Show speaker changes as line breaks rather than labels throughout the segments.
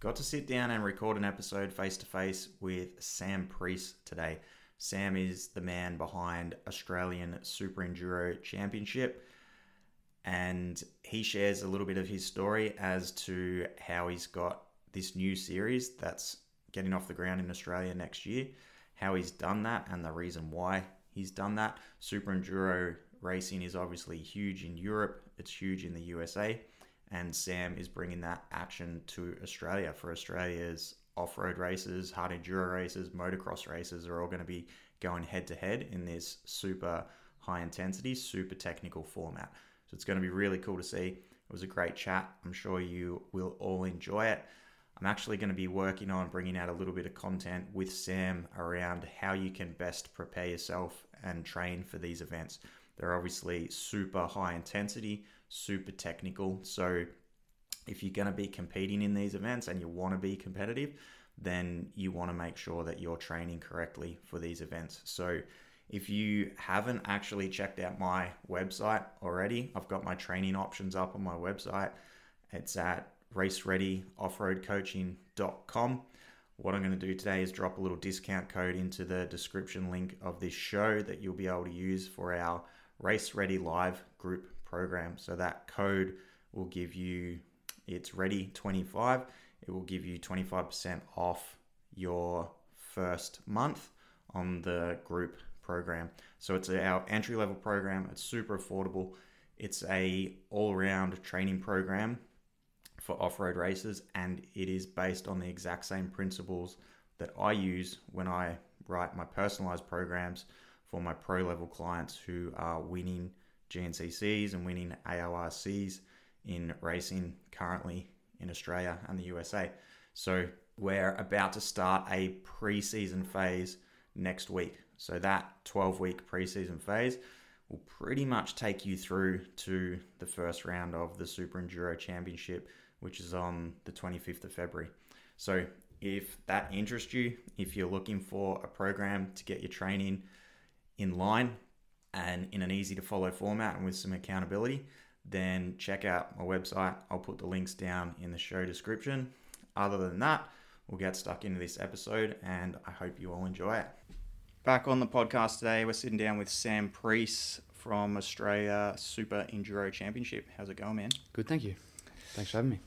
Got to sit down and record an episode face to face with Sam Priest today. Sam is the man behind Australian Super Enduro Championship and he shares a little bit of his story as to how he's got this new series that's getting off the ground in Australia next year, how he's done that, and the reason why he's done that. Super Enduro racing is obviously huge in Europe, it's huge in the USA, and Sam is bringing that action to Australia for Australia's off road races, hard enduro races, motocross races are all going to be going head to head in this super high intensity, super technical format. So it's going to be really cool to see. It was a great chat. I'm sure you will all enjoy it. I'm actually going to be working on bringing out a little bit of content with Sam around how you can best prepare yourself and train for these events. They're obviously super high intensity, super technical. So if you're going to be competing in these events and you want to be competitive, then you want to make sure that you're training correctly for these events. So if you haven't actually checked out my website already, I've got my training options up on my website. It's at racereadyoffroadcoaching.com. What I'm going to do today is drop a little discount code into the description link of this show that you'll be able to use for our Race Ready Live group program. So that code will give you it's ready 25. It will give you 25% off your first month on the group program. So it's our entry level program. It's super affordable. It's a all round training program for off road races, and it is based on the exact same principles that I use when I write my personalized programs for my pro level clients who are winning GNCCs and winning AORCs in racing currently in Australia and the USA. So we're about to start a pre-season phase next week. So that 12 week preseason phase will pretty much take you through to the first round of the Super Enduro Championship, which is on the 25th of February. So if that interests you, if you're looking for a program to get your training in line and in an easy to follow format and with some accountability, then check out my website. I'll put the links down in the show description. Other than that, we'll get stuck into this episode and I hope you all enjoy it. Back on the podcast today, we're sitting down with Sam Priest from Australia Super Enduro Championship. How's it going, man?
Good, thank you. Thanks for having me.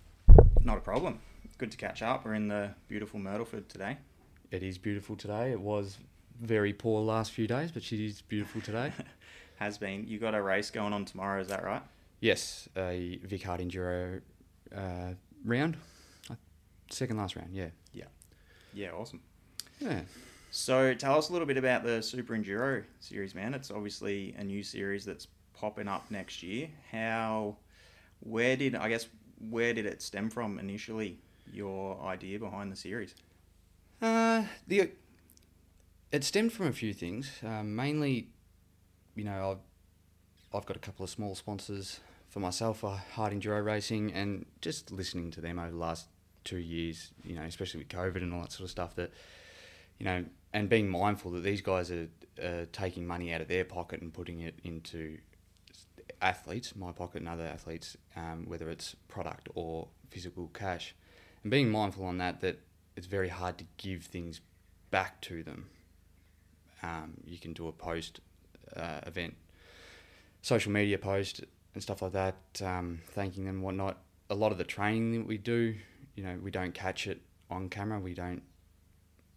Not a problem. Good to catch up. We're in the beautiful Myrtleford today.
It is beautiful today. It was very poor last few days, but she is beautiful today.
Has been. You got a race going on tomorrow, is that right?
yes, a Vic Hard Enduro uh, round, Uh, second last round. Yeah,
Yeah, awesome.
yeah.
So tell us a little bit about the Super Enduro series, man. It's obviously a new series that's popping up next year. How, where did, I guess, where did it stem from initially, your idea behind the series?
Uh, the it stemmed from a few things. Um, mainly, you know, I've I've got a couple of small sponsors for myself for hard enduro racing, and just listening to them over the last two years, you know, especially with COVID and all that sort of stuff. That you know, and being mindful that these guys are uh, taking money out of their pocket and putting it into athletes, my pocket and other athletes, um, whether it's product or physical cash, and being mindful on that that it's very hard to give things back to them. Um, you can do a post uh, event, social media post and stuff like that, um, thanking them and whatnot. A lot of the training that we do, you know, we don't catch it on camera. We don't,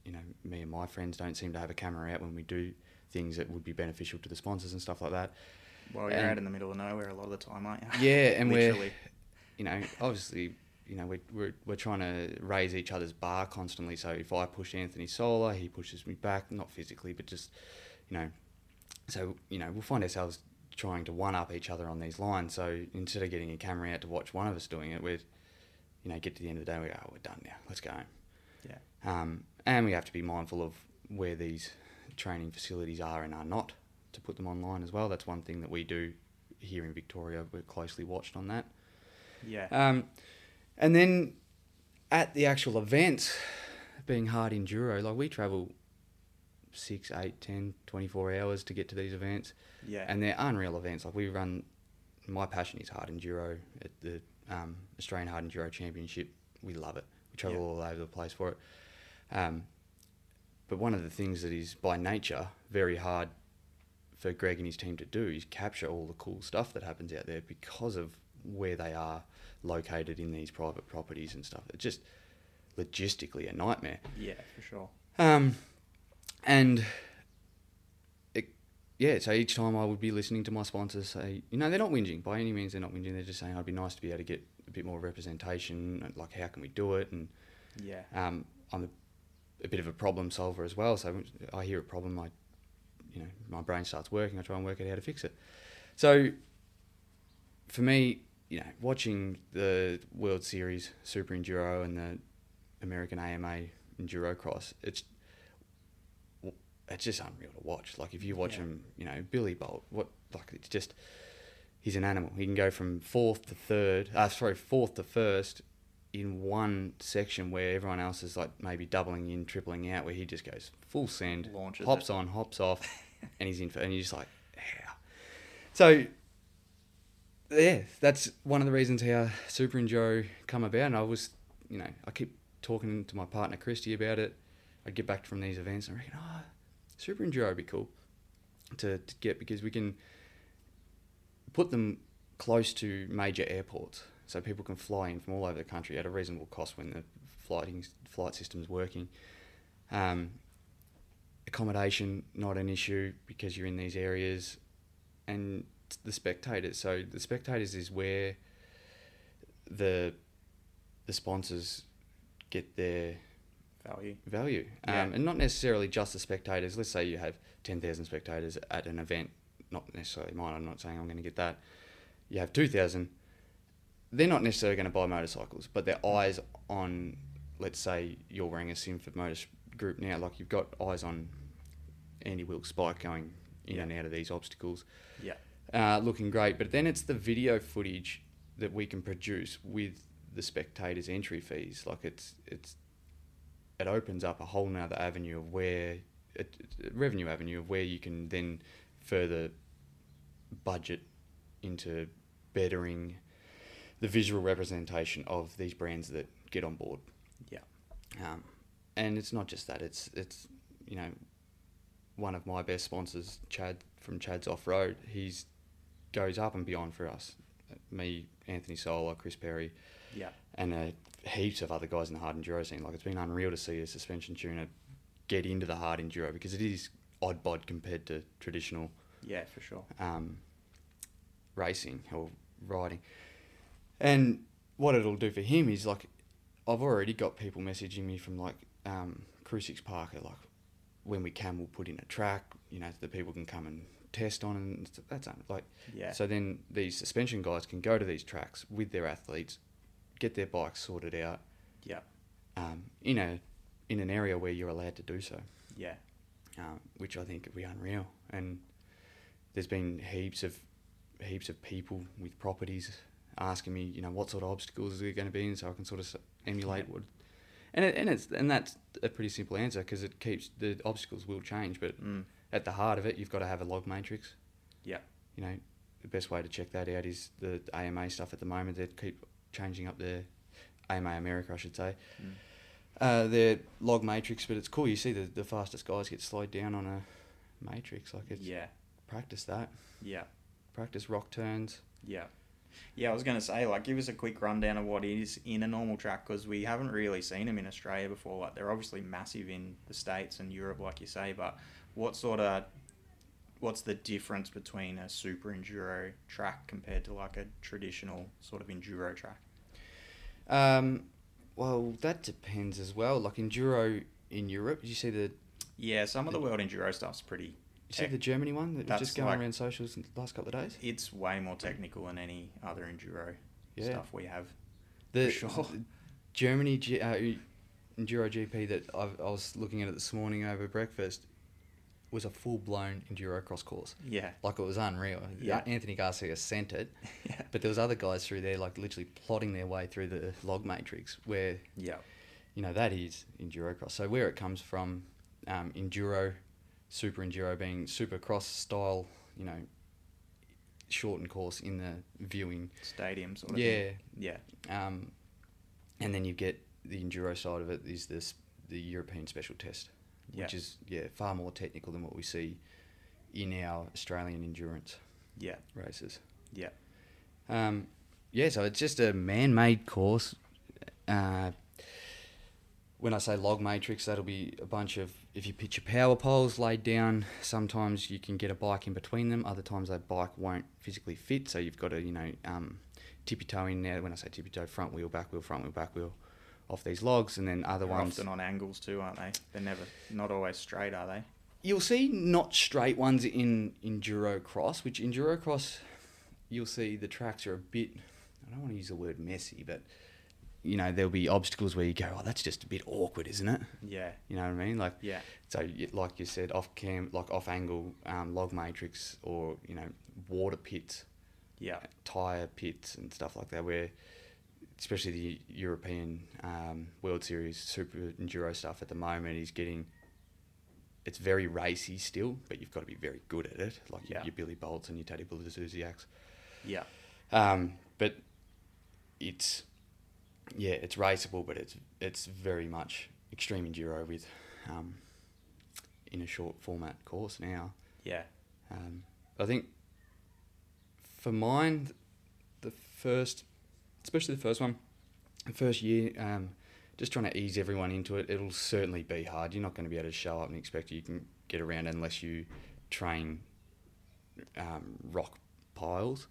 you know, me and my friends don't seem to have a camera out when we do things that would be beneficial to the sponsors and stuff like that.
Well, you're
And-
out in the middle of nowhere a lot of the time, aren't you?
Yeah, and we're
Literally.
you know, obviously, you know, we're, we're, we're trying to raise each other's bar constantly. So if I push Anthony Solar, he pushes me back, not physically, but just, you know, so, you know, we'll find ourselves trying to one up each other on these lines. So instead of getting a camera out to watch one of us doing it, we're, you know, get to the end of the day, we go, oh, we're done now, let's go home.
Yeah.
Um, and we have to be mindful of where these training facilities are and are not to put them online as well. That's one thing that we do here in Victoria. We're closely watched on that.
Yeah.
Um, and then at the actual event, being hard enduro, like we travel six, eight, 10, 24 hours to get to these events.
Yeah.
And they're unreal events. Like we run, my passion is hard enduro at the um, Australian Hard Enduro Championship. We love it. We travel
Yeah.
all over the place for it. Um, but one of the things that is by nature very hard for Greg and his team to do is capture all the cool stuff that happens out there because of where they are located in these private properties and stuff. It's just logistically a nightmare.
Yeah, for sure.
Um, and it, yeah, so each time I would be listening to my sponsors say, you know, they're not whinging by any means. They're not whinging. They're just saying, "I'd be nice to be able to get a bit more representation. And like, how can we do it?" And
Yeah.
um, I'm a, a bit of a problem solver as well. So I hear a problem, I, you know, my brain starts working. I try and work out how to fix it. So for me, you know, watching the World Series Super Enduro and the American AMA Enduro Cross, it's it's just unreal to watch. Like if you watch
Yeah.
him, you know, Billy Bolt, what like it's just he's an animal. He can go from fourth to third, uh, sorry, fourth to first in one section where everyone else is like maybe doubling in, tripling out, where he just goes full send,
Launches
hops on, hops off, and he's in. for- And you're just like, how? So yeah, that's one of the reasons how Super Enduro come about. And I was, you know, I keep talking to my partner Christy about it. I'd get back from these events and I reckon, oh, Super Enduro would be cool to, to get because we can put them close to major airports so people can fly in from all over the country at a reasonable cost when the flighting, flight system's working. Um, accommodation, not an issue because you're in these areas and the spectators. So the spectators is where the the sponsors get their
Value.
value,
Yeah.
um, and not necessarily just the spectators. Let's say you have ten thousand spectators at an event, not necessarily mine. I'm not saying I'm going to get that. You have two thousand. They're not necessarily going to buy motorcycles, but their eyes on, let's say you're wearing a Simford Motors group now, like you've got eyes on Andy Wilkes' bike going in
Yeah.
and out of these obstacles
Yeah.
uh, looking great. But then it's the video footage that we can produce with the spectators' entry fees. Like it's it's it opens up a whole nother avenue of where a, a revenue avenue of where you can then further budget into bettering the visual representation of these brands that get on board.
Yeah.
Um, and it's not just that. It's it's you know one of my best sponsors, Chad from Chad's Off Road. He's goes up and beyond for us. Me, Anthony Sola, Chris Perry,
Yeah.
and uh, heaps of other guys in the hard enduro scene. Like it's been unreal to see a suspension tuner get into the hard enduro because it is odd bod compared to traditional
Yeah, for sure.
um, racing or riding. And what it'll do for him is like, I've already got people messaging me from like um, Crucix Park, are like, when we can, we'll put in a track, you know, that people can come and test on, and st- that's un- like.
Yeah.
So then these suspension guys can go to these tracks with their athletes, get their bikes sorted out,
Yeah.
um, in a in an area where you're allowed to do so
Yeah.
um, which I think would be unreal. And there's been heaps of heaps of people with properties asking me, you know, what sort of obstacles are there going to be, and so I can sort of s- emulate what. And it, and it's and that's a pretty simple answer because it keeps the obstacles will change, but
Mm.
at the heart of it, you've got to have a log matrix.
Yeah.
You know, the best way to check that out is the AMA stuff at the moment. They keep changing up their AMA America, I should say.
Mm.
Uh, their log matrix, but it's cool. You see the, the fastest guys get slowed down on a matrix. Like it's
Yeah.
practice that.
Yeah.
Practice rock turns.
Yeah. Yeah, I was going to say, like, give us a quick rundown of what is in a normal track because we haven't really seen them in Australia before. Like, they're obviously massive in the States and Europe, like you say, but what sort of, what's the difference between a super enduro track compared to like a traditional sort of enduro track?
Um, well, that depends as well. Like enduro in Europe, you see the
Yeah, some of the world enduro stuff's pretty,
you see
Tech-
the Germany one that was
that's
just going
like-
around socials in the last couple of days.
it's way more technical than any other enduro
Yeah.
stuff we have.
The
For sure.
the Germany G, uh, Enduro GP that i I was looking at it this morning over breakfast was a full blown Enduro cross course.
Yeah.
Like it was unreal. Uh,
Yeah.
Anthony Garcia sent it,
Yeah.
but there was other guys through there like literally plotting their way through the log matrix where
Yeah.
you know that is enduro cross. So where it comes from, um, enduro, super enduro being super cross style, you know, shortened course in the viewing.
Stadium sort of
Yeah,
thing. Yeah.
um, and then you get the enduro side of it is this the European special test,
Yeah.
which is yeah far more technical than what we see in our Australian endurance
Yeah.
races.
Yeah.
Um, yeah, so it's just a man-made course. Uh, when I say log matrix, that'll be a bunch of if you picture power poles laid down. Sometimes you can get a bike in between them. Other times that bike won't physically fit, so you've got to you know um, tippy toe in there. When I say tippy toe, front wheel, back wheel, front wheel, back wheel, off these logs, and then other
They're
ones.
often on angles too, aren't they? They're never, not always straight, are they?
You'll see not straight ones in enduro cross, which enduro cross, you'll see the tracks are a bit. I don't want to use the word messy, but you know there'll be obstacles where you go, oh, that's just a bit awkward, isn't it?
Yeah.
You know what I mean? Like
Yeah.
so, you- like you said, off cam, like off angle um, log matrix, or you know water pits,
Yeah.
tire pits, and stuff like that, where especially the European um, World Series super enduro stuff at the moment is getting it's very racy still, but you've got to be very good at it, like your-
Yeah.
your Billy Bolts and your Teddy Blazuzziaks.
Yeah.
Um, but it's yeah, it's raceable, but it's it's very much extreme enduro with um, in a short format course now.
Yeah.
Um, I think for mine, th- the first, especially the first one, the first year, um, just trying to ease everyone into it, it'll certainly be hard. You're not going to be able to show up and expect you can get around unless you train um, rock piles,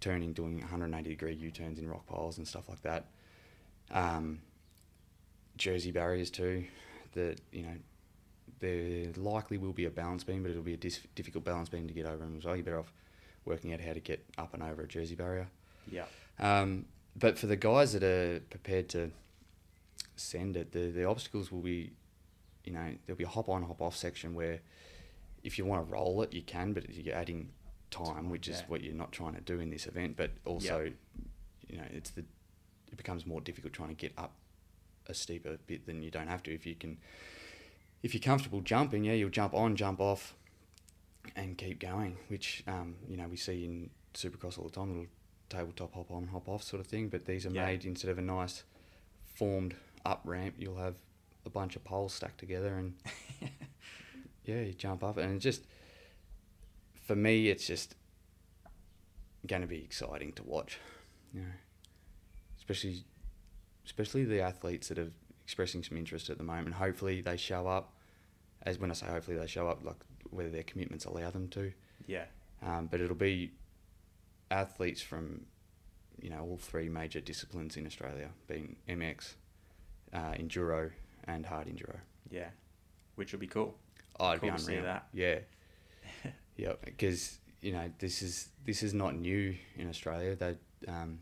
turning, doing 180 degree U turns in rock piles and stuff like that. Um, Jersey barriers too, that, you know, there likely will be a balance beam, but it'll be a dis- difficult balance beam to get over them as well. You're better off working out how to get up and over a jersey barrier.
Yeah.
Um, but for the guys that are prepared to send it, the, the obstacles will be, you know, there'll be a hop on, hop off section where if you want to roll it, you can, but you're adding time, which is
Yeah.
what you're not trying to do in this event. But also, you know, it's the it becomes more difficult trying to get up a steeper bit than you don't have to if you can. If you're comfortable jumping, yeah, you'll jump on, jump off, and keep going. Which um, you know we see in Supercross all the time, little tabletop hop on, hop off sort of thing. But these are
Yeah.
made instead of a nice formed up ramp, you'll have a bunch of poles stacked together, and yeah, you jump up, and it just for me, it's just going to be exciting to watch. You know, especially especially the athletes that are expressing some interest at the moment. Hopefully, they show up. As when I say hopefully they show up, like whether their commitments allow them to.
Yeah.
Um, but it'll be athletes from, you know, all three major disciplines in Australia, being MX, uh, enduro, and hard enduro.
Yeah. Which will be cool.
I'd be
Cool to
unreal.
see that.
Yeah. yeah, because you know this is this is not new in Australia. They um,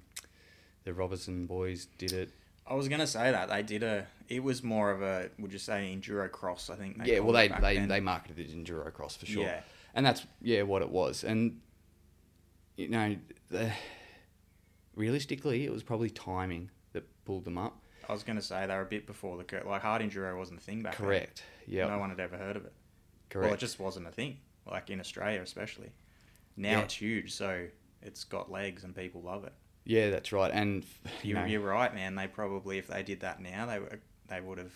the Robertson boys did it.
I was gonna say that they did a. It was more of a. Would you say enduro cross? I think.
yeah, well
called
they
it back
they,
then.
they marketed it as enduro cross for sure.
Yeah.
and that's yeah what it was. And you know, the, realistically, it was probably timing that pulled them up.
I was gonna say they were a bit before the curve. Like hard enduro wasn't a thing back then.
Correct. Yeah.
No one had ever heard of it. Well, it
correct.
just wasn't a thing. Like in Australia, especially. Now
Yeah.
it's huge, so it's got legs and people love it.
yeah, that's right. And you
You,
know,
You're right, man. They probably, if they did that now, they were, they would have.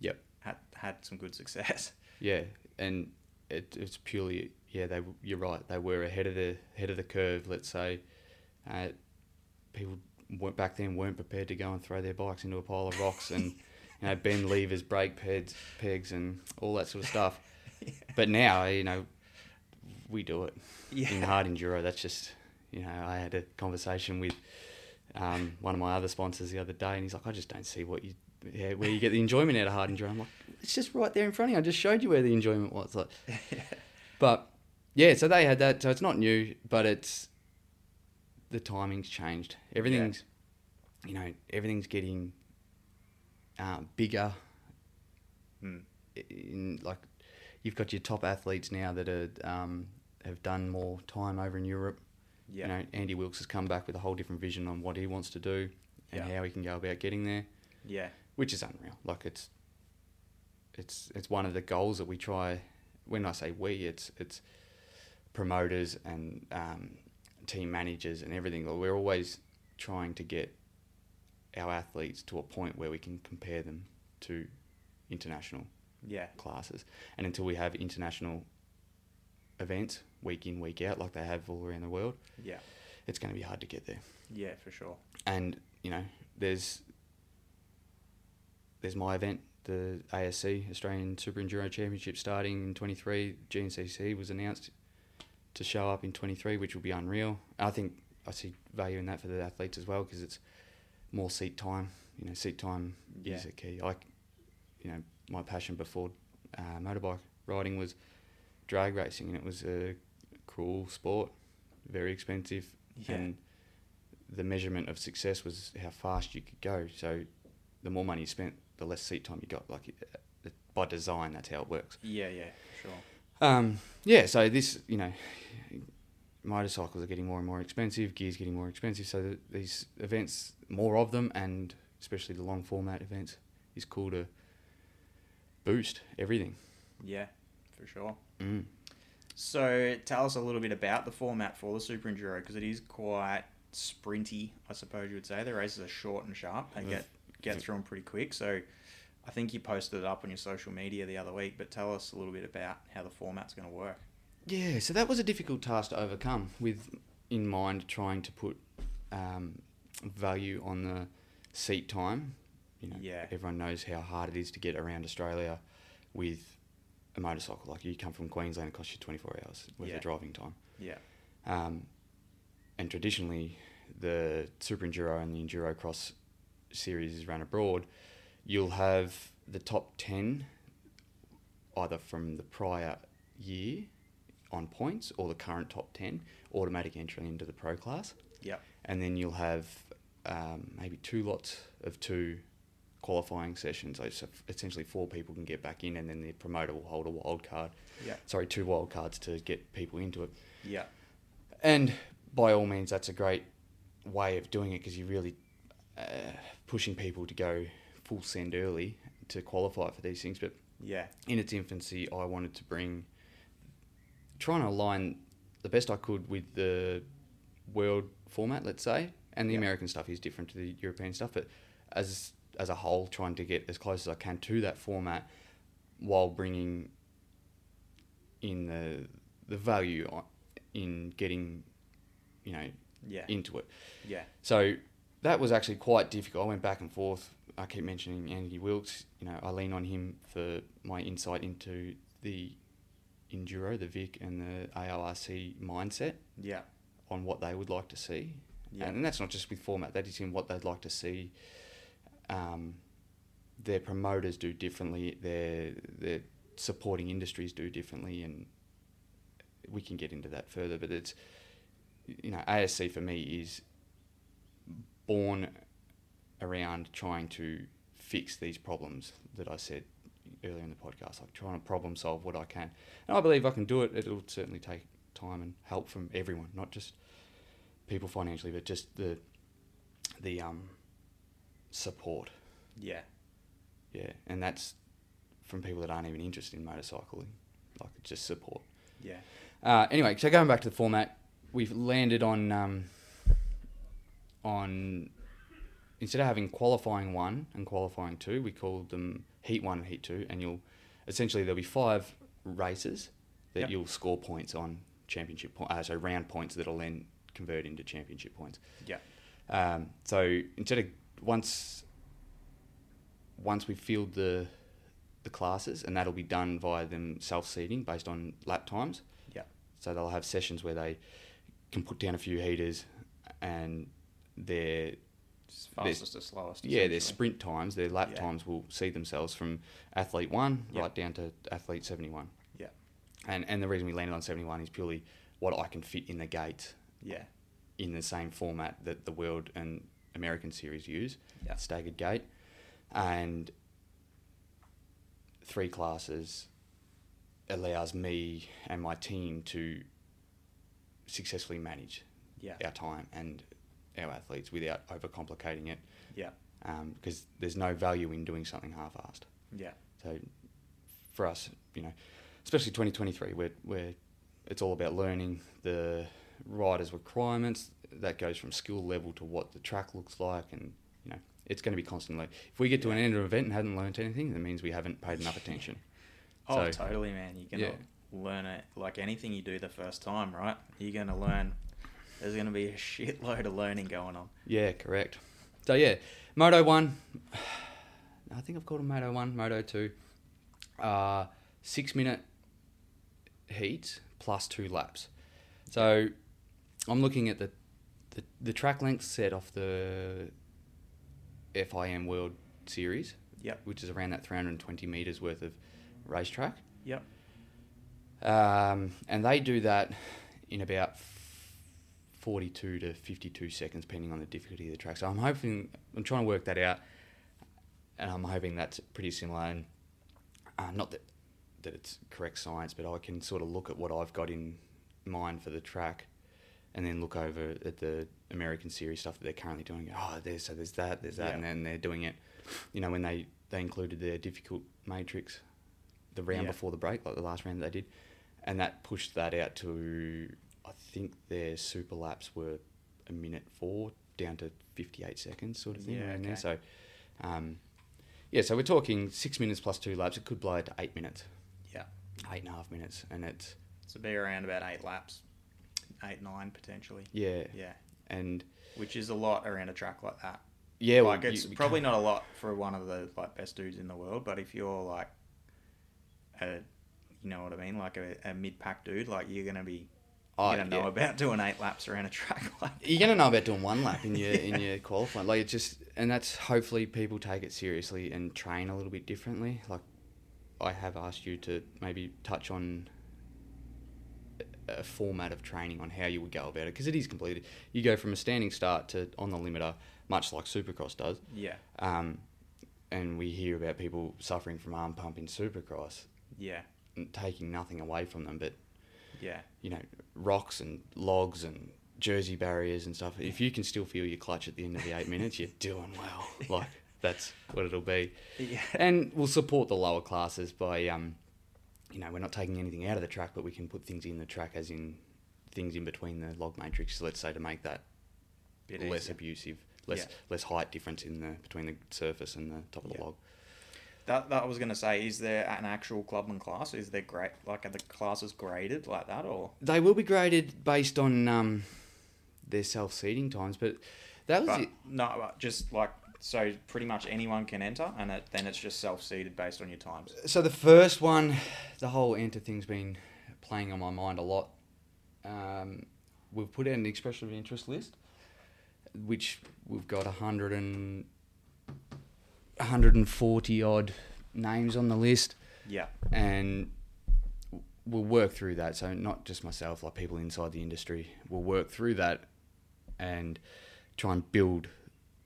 Yep.
Had had some good success.
Yeah, and it, it's purely yeah. They w- you're right. They were ahead of the ahead of the curve. Let's say uh, people weren't back then weren't prepared to go and throw their bikes into a pile of rocks and you know bend levers, brake pegs, pegs, and all that sort of stuff. But now you know we do it in hard enduro. That's just you know I had a conversation with um, one of my other sponsors the other day, and he's like, I just don't see what you yeah, where you get the enjoyment out of hard enduro. I'm like, it's just right there in front of you. I just showed you where the enjoyment was. Like, but yeah, so they had that. So it's not new, but it's the timing's changed. Everything's you know everything's getting uh, bigger.
Hmm.
In like you've got your top athletes now that are um, have done more time over in Europe.
Yeah.
You know, Andy Wilkes has come back with a whole different vision on what he wants to do and
Yeah.
how he can go about getting there,
Yeah.
which is unreal. Like it's it's it's one of the goals that we try. When I say we, it's it's promoters and um, team managers and everything. Like, We're always trying to get our athletes to a point where we can compare them to international
Yeah.
classes. And until we have international events week in, week out, like they have all around the world,
Yeah.
it's going to be hard to get there.
Yeah, for sure.
And, you know, there's there's my event, the ASC, Australian Super Enduro Championship, starting in 23. GNCC was announced to show up in 23, which will be unreal. I think I see value in that for the athletes as well because it's more seat time. You know, seat time
Yeah.
is a key. I, you know, my passion before uh, motorbike riding was drag racing, and it was a cruel sport, very expensive,
Yeah.
and the measurement of success was how fast you could go. So, the more money you spent, the less seat time you got. Like it- it- by design, that's how it works.
Yeah, yeah, for sure.
Um, yeah, so this, you know, motorcycles are getting more and more expensive, gear's getting more expensive, so th- these events, more of them, and especially the long format events, is cool to boost everything.
Yeah, for sure.
Mm.
So tell us a little bit about the format for the Super Enduro because it is quite sprinty, I suppose you would say. The races are short and sharp. They
Mm.
get get through them pretty quick. So I think you posted it up on your social media the other week, but tell us a little bit about how the format's going to work.
Yeah, so that was a difficult task to overcome with in mind trying to put um, value on the seat time. You know,
Yeah.
everyone knows how hard it is to get around Australia with a motorcycle. Like you come from Queensland, it costs you 24 hours worth
Yeah.
of driving time.
Yeah.
Um, and traditionally, the Super Enduro and the Enduro Cross series is run abroad. You'll have the top 10 either from the prior year on points or the current top 10 automatic entry into the pro class.
Yep.
And then you'll have um, maybe two lots of two qualifying sessions. So it's essentially, four people can get back in, and then the promoter will hold a wild card.
Yeah.
Sorry, two wild cards to get people into it.
Yeah.
And by all means, that's a great way of doing it because you're really uh, pushing people to go full send early to qualify for these things. But
Yeah.
in its infancy, I wanted to bring, trying to align the best I could with the world format, let's say, and the
Yeah.
American stuff is different to the European stuff, but as as a whole, trying to get as close as I can to that format while bringing in the the value on- in getting, you know,
Yeah.
into it.
Yeah.
So that was actually quite difficult. I went back and forth. I keep mentioning Andy Wilkes. You know, I lean on him for my insight into the enduro, the Vic, and the ARC mindset
Yeah.
on what they would like to see.
Yeah.
And that's not just with format. That is in what they'd like to see. Um, their promoters do differently. Their their supporting industries do differently, and we can get into that further. But it's you know ASC for me is born around trying to fix these problems that I said earlier in the podcast, like trying to problem solve what I can. And I believe I can do it. It'll certainly take time and help from everyone, not just people financially, but just the the um, support.
Yeah.
Yeah, and that's from people that aren't even interested in motorcycling, like just support.
Yeah.
Uh, anyway, so going back to the format, we've landed on um, on instead of having qualifying one and qualifying two, we call them heat one and heat two, and you'll essentially there'll be five races that
Yep.
you'll score points on championship point, uh, so round points that'll then convert into championship points.
Yeah.
Um, so instead of once once we field the the classes, and that'll be done via them self seeding based on lap times.
Yeah.
So they'll have sessions where they can put down a few heaters, and their
Just
There's-
fastest to slowest.
yeah their
essentially.
sprint times, their lap
Yeah.
times will see themselves from athlete one
Yeah.
right down to athlete seventy one.
Yeah.
And and the reason we landed on seventy one is purely what I can fit in the gates
Yeah.
in the same format that the world and American series use,
Yeah.
staggered gate, and three classes allows me and my team to successfully manage
Yeah.
our time and our athletes without overcomplicating it
Yeah.
because there's no value in doing something half-assed.
Yeah.
So for us, you know, especially 2023, we're, we're, it's all about learning the riders' requirements. That goes from skill level to what the track looks like and, you know, it's going to be constantly. If we get to an end of an event and haven't learnt anything, that means we haven't paid enough attention.
Oh,
So-
totally, man. You're gonna learn it like anything you do the first time, right? You're gonna learn. There's gonna be a shitload of learning going on.
Yeah, correct. So yeah, Moto one. I think I've called them Moto one, Moto two. Uh, six minute heats plus two laps. So I'm looking at the the, the track length set off the FIM World Series,
Yep.
which is around that 320 meters worth of racetrack.
Yep.
Um, and they do that in about f- 42 to 52 seconds, depending on the difficulty of the track. So I'm hoping, I'm trying to work that out, and I'm hoping that's pretty similar. And uh, not that, that it's correct science, but I can sort of look at what I've got in mind for the track and then look over at the American series stuff that they're currently doing. Oh, there's so there's that, there's that,
Yeah.
and then they're doing it. You know, when they they included their difficult matrix, the round
Yeah.
before the break, like the last round they did, and that pushed that out to I think their super laps were a minute four down to fifty eight seconds, sort of thing.
Yeah,
around there.
okay.
So, um, yeah, so we're talking six minutes plus two laps. It could blow it to eight minutes,
Yeah.
eight and a half minutes, and it's
So be around about eight laps, eight nine potentially.
yeah,
Yeah,
and
which is a lot around a track like that.
yeah, well,
like
you-
it's
we can't-
probably not a lot for one of the like best dudes in the world, but if you're like a, you know what I mean, like a, a mid pack dude, like you're gonna be, you're
Oh,
gonna know
yeah.
about doing eight laps around a track like.
You're gonna know about doing one lap in your in your qualifying, like it just, and that's hopefully people take it seriously and train a little bit differently. Like, I have asked you to maybe touch on a- a format of training on how you would go about it because it is completed. You go from a standing start to on the limiter, much like Supercross does.
Yeah,
Um, and we hear about people suffering from arm pump in Supercross,
yeah,
and taking nothing away from them, but
yeah,
you know, rocks and logs and jersey barriers and stuff. If you can still feel your clutch at the end of the eight minutes, you're doing well. Like that's what it'll be.
yeah,
And we'll support the lower classes by, um, you know, we're not taking anything out of the track, but we can put things in the track, as in things in between the log matrix. Let's say to make that
Bit
less
easier.
abusive, less
Yeah.
less height difference in the between the surface and the top of the
Yeah.
log.
That, that I was gonna say, is there an actual clubman class? Is there great like are the classes graded like that or?
They will be graded based on um, their self seating times, but that was
But
it.
no, but just like so, pretty much anyone can enter, and it, then it's just self seeded based on your times.
So the first one, the whole enter thing's been playing on my mind a lot. Um, we've put out an expression of interest list, which we've got a hundred and a hundred and forty odd names on the list,
Yeah,
and we'll work through that. So not just myself, like people inside the industry, we'll work through that and try and build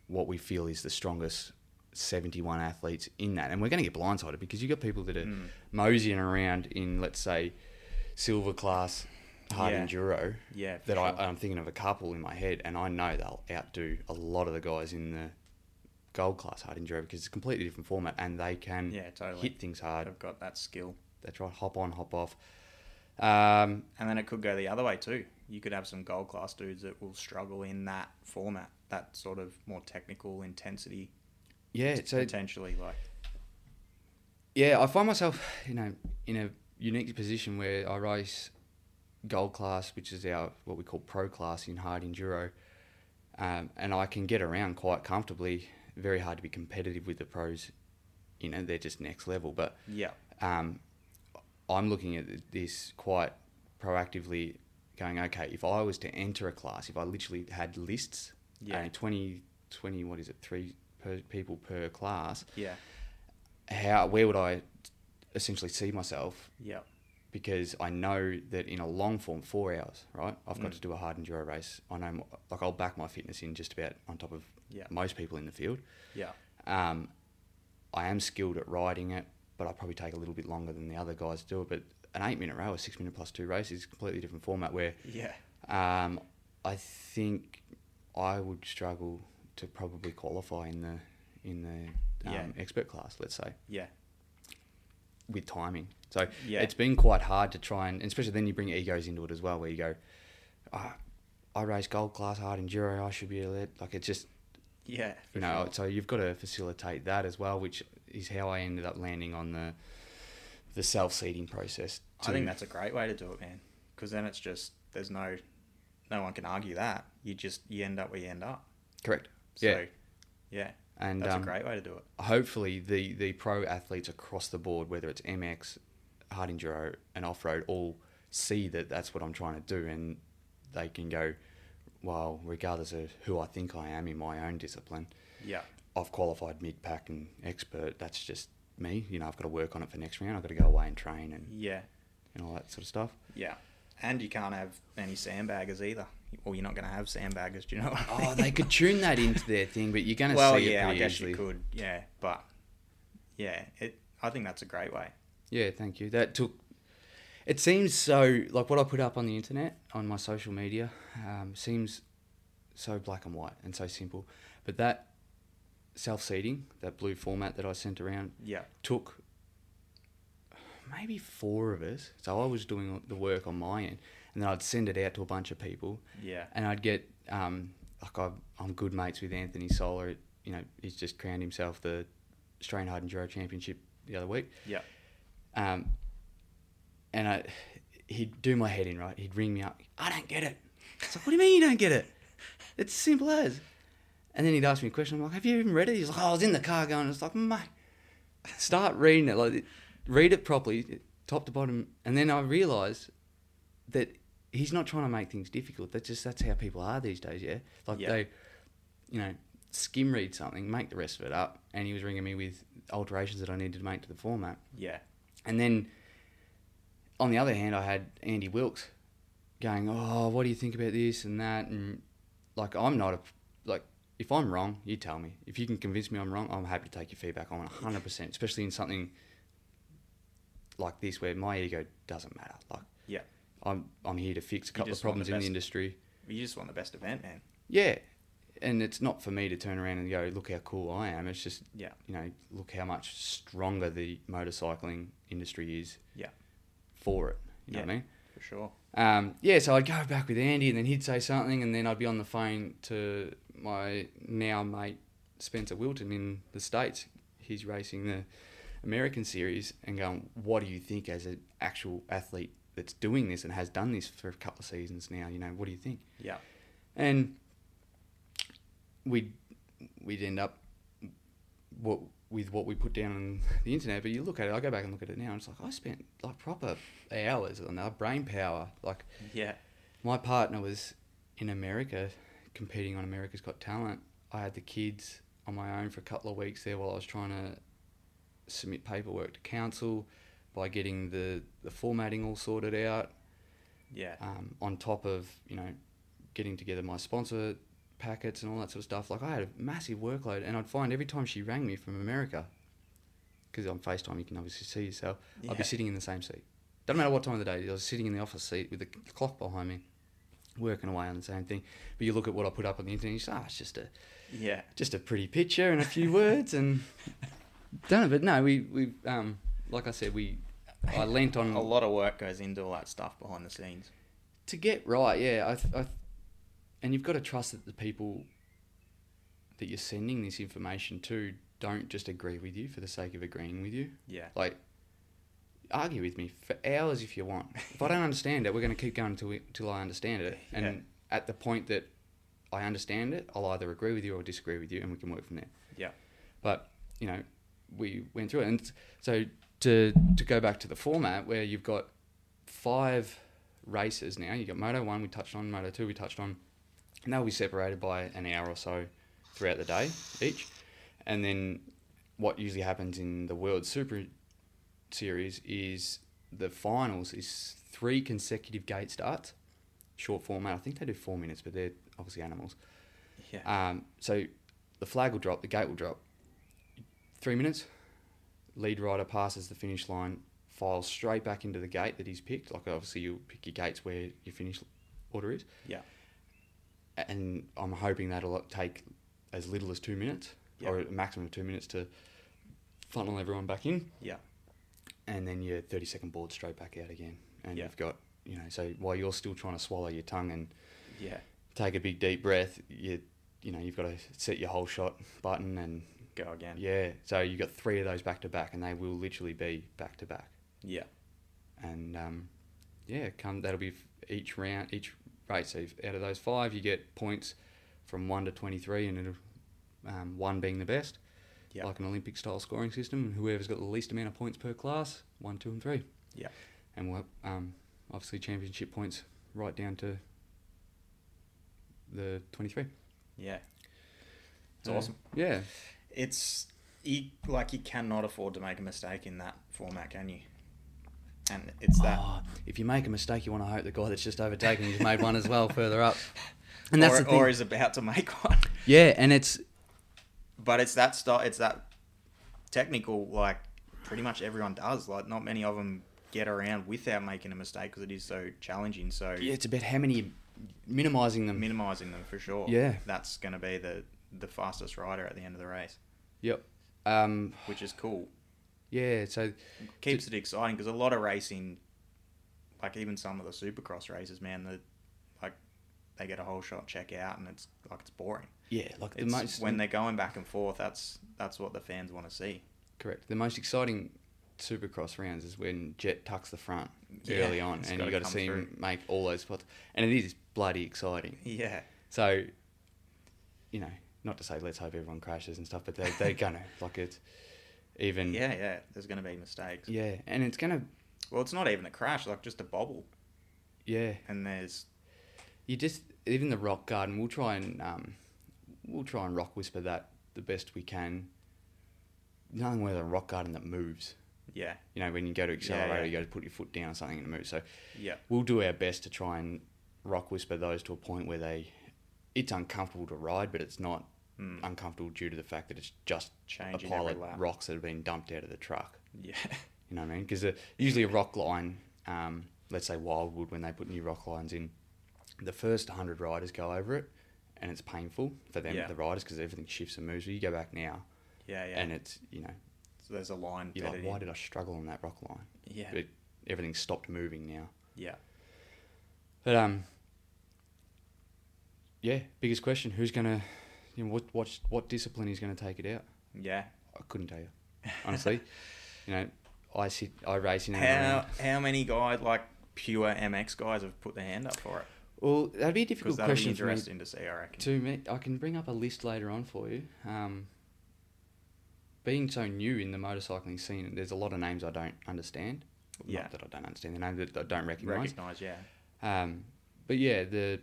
what we feel is the strongest 71 athletes in that. And we're going to get blindsided because you've got people that are
Hmm.
moseying around in, let's say, silver class hard
Yeah.
enduro.
Yeah, for
That
sure.
I, I'm thinking of a couple in my head, and I know they'll outdo a lot of the guys in the gold class hard enduro because it's a completely different format and they can
Yeah, totally.
hit things hard.
I've got that skill,
That's right, hop on, hop off. Um,
and then it could go the other way too. You could have some gold class dudes that will struggle in that format, that sort of more technical intensity,
yeah, so
potentially. Like,
yeah, I find myself, you know, in a unique position where I race gold class, which is our what we call pro class in hard enduro, um, and I can get around quite comfortably. Very hard to be competitive with the pros, you know, they're just next level. But
yeah,
um, I'm looking at this quite proactively, going, okay, if I was to enter a class, if I literally had lists,
Yeah.
uh, 20, 20, what is it, three per, people per class,
yeah,
how where would I essentially see myself?
yeah,
Because I know that in a long form, four hours, right? I've
Mm.
got to do a hard enduro race. I know, m- like, I'll back my fitness in just about on top of
Yeah.
most people in the field.
yeah,
Um, I am skilled at riding it, but I probably take a little bit longer than the other guys do it. But an eight minute row, a six minute plus two race is a completely different format where
yeah,
um, I think I would struggle to probably qualify in the in the um,
Yeah.
expert class, let's say
yeah,
with timing. So
Yeah.
it's been quite hard to try and, and especially then you bring egos into it as well, where you go, ah, I race gold class hard enduro, I should be able to, like it's just
Yeah.
you know, so you've got to facilitate that as well, which is how I ended up landing on the the self seeding process.
I think
too.
that's a great way to do it, man. Because then it's just there's no no one can argue that. You just you end up where you end up.
correct.
So,
Yeah.
Yeah.
And
That's
um,
a great way to do it.
hopefully the the pro athletes across the board, whether it's MX, hard enduro, and off road, all see that that's what I'm trying to do, and they can go, well, regardless of who I think I am in my own discipline,
Yeah.
I've qualified mid pack and expert. That's just me. You know, I've got to work on it for next round. I've got to go away and train and,
Yeah.
and all that sort of stuff.
Yeah. And you can't have any sandbaggers either. Well, you're not going to have sandbaggers, do you know? What I
Oh,
mean?
they could tune that into their thing, but you're going to
well,
see it
yeah, I
pretty
guess
easily.
you could. Yeah, but yeah, it. I think that's a great way.
Yeah, thank you. That took. It seems so like what I put up on the internet on my social media um, seems so black and white and so simple, but that self seeding, that blue format that I sent around,
Yeah.
took maybe four of us. So I was doing the work on my end, and then I'd send it out to a bunch of people,
Yeah.
and I'd get um, like I've, I'm good mates with Anthony Solar. You know, he's just crowned himself the Australian Hard Enduro Championship the other week.
Yeah.
Um, and I, he'd do my head in, right? He'd ring me up. I don't get it. It's like, what do you mean you don't get it? It's simple as. And then he'd ask me a question. I'm like, have you even read it? He's like, oh, I was in the car going. It's like, mate, start reading it. Like, read it properly, top to bottom. And then I realised that he's not trying to make things difficult. That's just that's how people are these days. Yeah, like
Yeah.
they, you know, skim read something, make the rest of it up. And he was ringing me with alterations that I needed to make to the format.
Yeah.
And then on the other hand, I had Andy Wilkes going, "Oh, what do you think about this and that?" And like, I'm not a like. If I'm wrong, you tell me. If you can convince me I'm wrong, I'm happy to take your feedback on 100%, especially in something like this where my ego doesn't matter. Like,
Yeah.
I'm I'm here to fix a couple of
just want the
problems in
best.
the industry.
You just want the best event, man.
Yeah. And it's not for me to turn around and go, "Look how cool I am." It's just
Yeah.
you know, look how much stronger the motorcycling industry is
Yeah.
for it. You know what I mean?
For sure.
Um, yeah, so I'd go back with Andy and then he'd say something and then I'd be on the phone to my now mate Spencer Wilton in the States. He's racing the American series and going, What do you think as an actual athlete that's doing this and has done this for a couple of seasons now? You know, what do you think?
Yeah.
and we'd we'd end up what with what we put down on the internet. But you look at it, I go back and look at it now, and it's like I spent like proper hours on that brain power. Like
Yeah.
my partner was in America competing on America's Got Talent. I had the kids on my own for a couple of weeks there while I was trying to submit paperwork to council by getting the, the formatting all sorted out
Yeah.
um, on top of you know getting together my sponsor packets and all that sort of stuff. Like I had a massive workload, and I'd find every time she rang me from America, because on Facetime you can obviously see yourself. I'd
Yeah.
be sitting in the same seat. Doesn't matter what time of the day. I was sitting in the office seat with the c- clock behind me, working away on the same thing. But you look at what I put up on the internet, and you say, "Ah, it's just a
Yeah.
just a pretty picture and a few words and done it." But no, we we um like I said, we I lent on
A lot of work goes into all that stuff behind the scenes.
to get right, yeah, I, th- I, th- and you've got to trust that the people that you're sending this information to don't just agree with you for the sake of agreeing with you.
Yeah.
Like, argue with me for hours if you want. If I don't understand it, we're going to keep going until we, till I understand it. And
Yeah.
at the point that I understand it, I'll either agree with you or disagree with you, and we can work from there.
Yeah.
But you know, we went through it, and so to to go back to the format where you've got five races now. You've got Moto One, we touched on Moto Two, we touched on, and they'll be separated by an hour or so throughout the day each, and then what usually happens in the World Super Series is the finals is three consecutive gate starts, short format. I think they do four minutes, but they're obviously animals.
Yeah.
Um, so the flag will drop, the gate will drop. Three minutes, lead rider passes the finish line, files straight back into the gate that he's picked. Like obviously you'll pick your gates where your finish order is.
Yeah.
And I'm hoping that'll take as little as two minutes
Yeah.
or a maximum of two minutes to funnel everyone back in.
Yeah.
And then your 30 second board straight back out again. And
Yeah.
you've got, you know, so while you're still trying to swallow your tongue and
Yeah.
take a big deep breath, you you know you've got to set your whole shot button and
Go again.
yeah, so you got three of those back to back, and they will literally be back to back.
Yeah.
And um, yeah, come that'll be f- each round, each race. So if- out of those five, you get points from one to twenty three, and it'll, um, one being the best,
Yeah.
like an Olympic style scoring system. And whoever's got the least amount of points per class, one, two, and three.
Yeah.
And we'll have, um, obviously championship points right down to the twenty three.
Yeah. It's awesome.
Yeah,
It's you, like you cannot afford to make a mistake in that format, can you? And it's that.
Oh, if you make a mistake, you want to hope the guy that's just overtaking has made one as well further up. And that's
or,
the thing.
or is about to make one.
yeah, and it's
But it's that style. It's that technical. Like pretty much everyone does. Like not many of them get around without making a mistake because it is so challenging. So
yeah, it's about how many minimizing them.
minimizing them for sure.
Yeah.
that's going to be the the fastest rider at the end of the race,
yep. Um,
which is cool.
yeah. So
Keeps it exciting because a lot of racing, like even some of the supercross races, man, the like they get a whole shot check out and it's like it's boring.
yeah, like the
It's
most
when they're going back and forth. That's that's what the fans want to see.
correct. The most exciting supercross rounds is when Jet tucks the front
Yeah,
early on,
it's
and
gotta
you got to
come
see him make all those spots, and it is bloody exciting.
Yeah.
So, you know, not to say let's hope everyone crashes and stuff, but they they're gonna like it's even
Yeah, yeah. There's going to be mistakes.
yeah, and it's gonna
Well, it's not even a crash, like just a bobble.
yeah.
And there's
You just even the rock garden. We'll try and um, we'll try and rock whisper that the best we can. Knowing whether a rock garden that moves,
yeah,
you know, when you go to accelerate,
yeah.
you go to put your foot down or something and it moves. So
yeah,
we'll do our best to try and rock whisper those to a point where they, it's uncomfortable to ride, but it's not
Mm.
uncomfortable due to the fact that it's just
Changing
a pile
every
of
lap.
rocks that have been dumped out of the truck.
yeah,
You know what I mean? Because usually a rock line, um, let's say Wildwood, when they put new rock lines in, the first 100 riders go over it and it's painful for them,
Yeah.
the riders, because everything shifts and moves. But you go back now
yeah, yeah.
and it's, you know,
so there's a line.
you're
bedded
like, why
in.
did I struggle on that rock line?
Yeah,
But everything's stopped moving now.
yeah,
But, um, yeah, biggest question who's going to, you know, what, what, what discipline is going to take it out?
yeah.
I couldn't tell you, honestly. you know, I sit, I race in and around.
How how many guys like pure MX guys have put their hand up for it?
Well, that'd be a
Because
difficult
that'd be
question for me
interesting to see. I reckon.
To me, I can bring up a list later on for you. Um, being so new in the motorcycling scene, there's a lot of names I don't understand.
Yeah.
Not that I don't understand the name, that I don't recognise.
Recognize, yeah,
Um, but yeah, the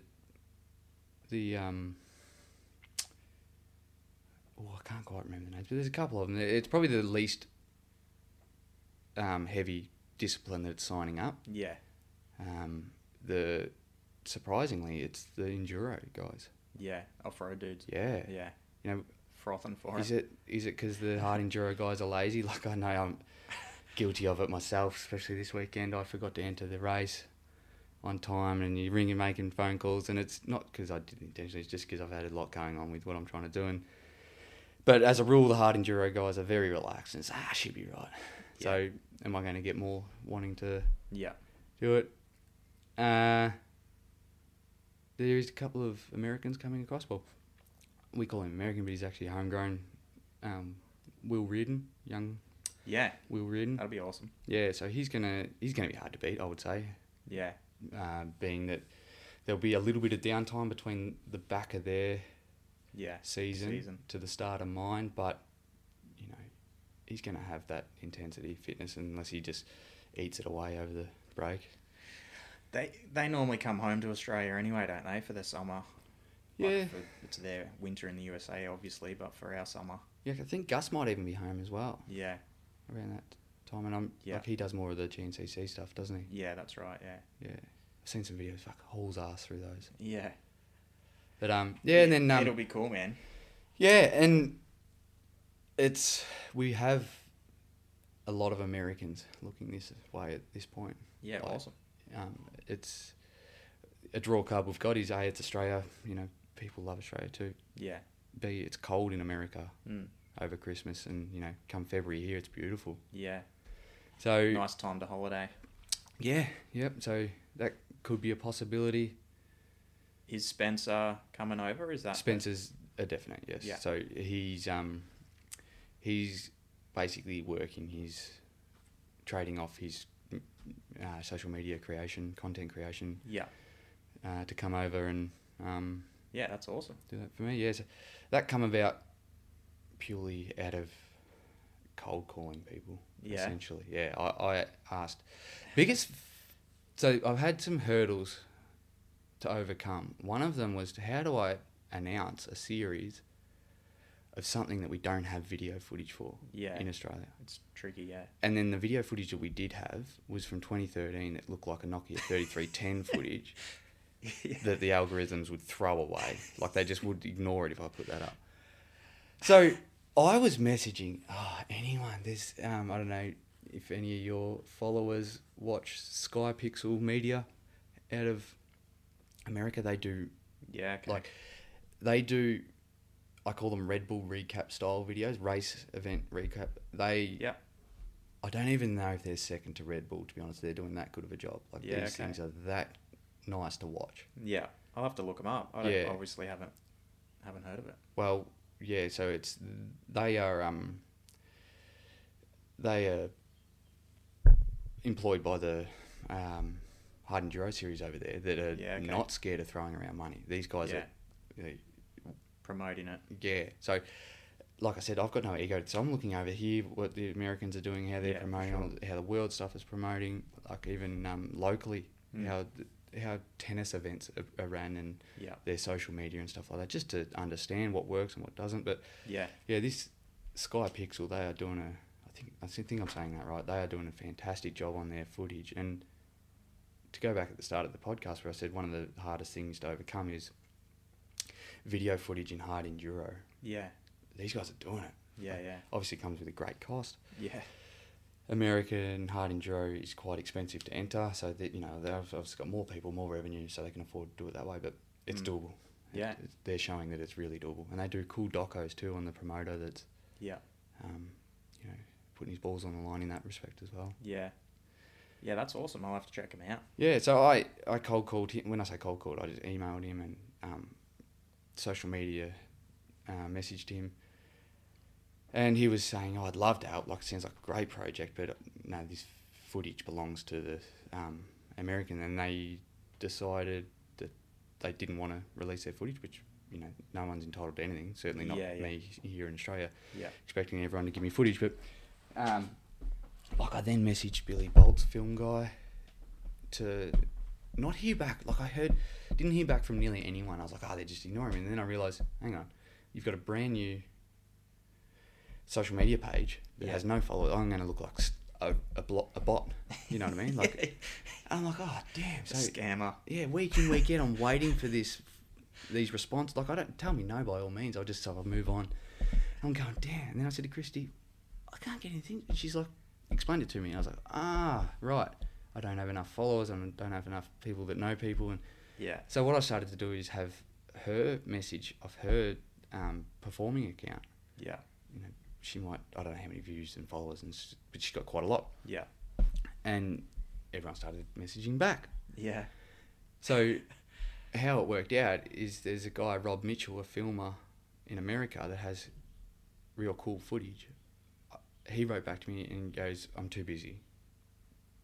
the um, oh, I can't quite remember the names, but there's a couple of them. It's probably the least um, heavy discipline that it's signing up.
yeah,
Um, the surprisingly, it's the enduro guys.
yeah. Off road dudes.
Yeah.
Yeah,
You know,
frothing for
is
it.
it is it because the hard enduro guys are lazy? Like I know I'm guilty of it myself, especially this weekend. I forgot to enter the race on time, and you ring and making phone calls, and it's not because I did it intentionally. It's just because I've had a lot going on with what I'm trying to do. And but as a rule, the hard enduro guys are very relaxed, and it's ah, she'll be right. So am I going to get more wanting to
Yeah,
do it? Uh, there is a couple of Americans coming across. Well, we call him American, but he's actually homegrown. Um, Will Reardon, young
yeah.
Will Reardon.
That'd be awesome.
Yeah, so he's gonna he's gonna be hard to beat, I would say,
Yeah,
uh, being that there'll be a little bit of downtime between the back of their
yeah,
season,
Season.
to the start of mine, but you know he's gonna have that intensity, fitness, unless he just eats it away over the break.
They they normally come home to Australia anyway, don't they, for the summer? Like,
Yeah.
for, it's their winter in the USA, obviously, but for our summer,
Yeah, I think Gus might even be home as well
yeah,
around that time, and I'm
Yeah.
like he does more of the GNCC stuff, doesn't he?
yeah, that's right, yeah,
Yeah, I've seen some videos, fuck hauls ass through those.
yeah,
But um, yeah, and then
it'll
um,
be cool, man.
yeah, and it's we have a lot of Americans looking this way at this point.
Yeah,
Like,
awesome.
Um, it's a draw card we've got is a it's Australia. You know, people love Australia too.
Yeah,
B it's cold in America
mm,
over Christmas, and you know, come February here it's beautiful.
yeah,
So
nice time to holiday.
yeah, yep. So that could be a possibility.
Is Spencer coming over? Is that
Spencer's A definite yes.
Yeah.
So he's um, he's basically working his trading off his mm, uh, social media creation, content creation,
Yeah.
uh, to come over and um,
Yeah, that's awesome.
do that for me. Yeah, so that come about purely out of cold calling people.
Yeah.
Essentially, yeah. I, I asked biggest. So I've had some hurdles to overcome. One of them was how do I announce a series of something that we don't have video footage for
Yeah.
in Australia?
It's tricky, yeah.
And then the video footage that we did have was from 2013 that looked like a Nokia 3310 footage that the algorithms would throw away. Like they just would ignore it if I put that up. So I was messaging oh, anyone. There's um, I don't know if any of your followers watch Sky Pixel Media out of America. They do
Yeah, okay.
like they do. I call them Red Bull recap style videos, race event recap. They
yeah.
I don't even know if they're second to Red Bull. To be honest, they're doing that good of a job. Like
Yeah,
these
okay.
things are that nice to watch.
Yeah. I'll have to look them up. I don't,
Yeah.
obviously haven't haven't heard of it.
Well, yeah. So it's they are um they are employed by the um, hard enduro series over there that are
Yeah, okay.
not scared of throwing around money. These guys
Yeah.
are. they-
Promoting it.
Yeah. So, like I said, I've got no ego, so I'm looking over here what the Americans are doing, how they're
Yeah, for
promoting, all how the world stuff is promoting, like even um, locally,
Mm.
how th- how tennis events are- are ran and
Yeah.
their social media and stuff like that, just to understand what works and what doesn't. But
Yeah.
yeah, this Sky Pixel, they are doing a. I think I think I'm saying that right. They are doing a fantastic job on their footage. And to go back at the start of the podcast, where I said one of the hardest things to overcome is video footage in hard enduro
Yeah.
these guys are doing it.
Yeah, yeah.
Obviously, it comes with a great cost.
Yeah.
American hard enduro is quite expensive to enter, so that you know they've obviously got more people, more revenue, so they can afford to do it that way. But it's
Mm.
doable.
Yeah.
It- it- they're showing that it's really doable, and they do cool docos too on the promoter. That's
Yeah.
um, you know putting his balls on the line in that respect as well.
Yeah. Yeah, that's awesome. I'll have to check them out.
Yeah, so I, I cold called him. When I say cold called, I just emailed him and um, social media uh, messaged him. And he was saying, oh, I'd love to help. Like, it sounds like a great project, but uh, no, this footage belongs to the um, American. And they decided that they didn't want to release their footage, which, you know, no one's entitled to anything. Certainly not
Yeah, yeah.
me here in Australia
Yeah.
expecting everyone to give me footage, but um, like I then messaged Billy Bolt's film guy to not hear back. Like I heard, didn't hear back from nearly anyone. I was like, oh, they're just ignoring me. And then I realised, hang on, you've got a brand new social media page that
Yeah.
has no followers. I'm going to look like st- a, a, blo- a bot. You know what I mean? Like I'm like, oh damn. So
Scammer.
yeah, week in week in, I'm waiting for this, these response. Like I don't tell me no by all means. I'll just so I'll move on. I'm going damn. And then I said to Christy, I can't get anything. And she's like, explained it to me. And I was like, ah, right. I don't have enough followers. I don't have enough people that know people. And
Yeah.
so what I started to do is have her message of her um, performing account.
Yeah.
You know, she might I don't know how many views and followers, and s but she's got quite a lot.
Yeah.
And everyone started messaging back.
Yeah.
So, how it worked out is there's a guy, Rob Mitchell, a filmer in America that has real cool footage. Uh, He wrote back to me and goes, "I'm too busy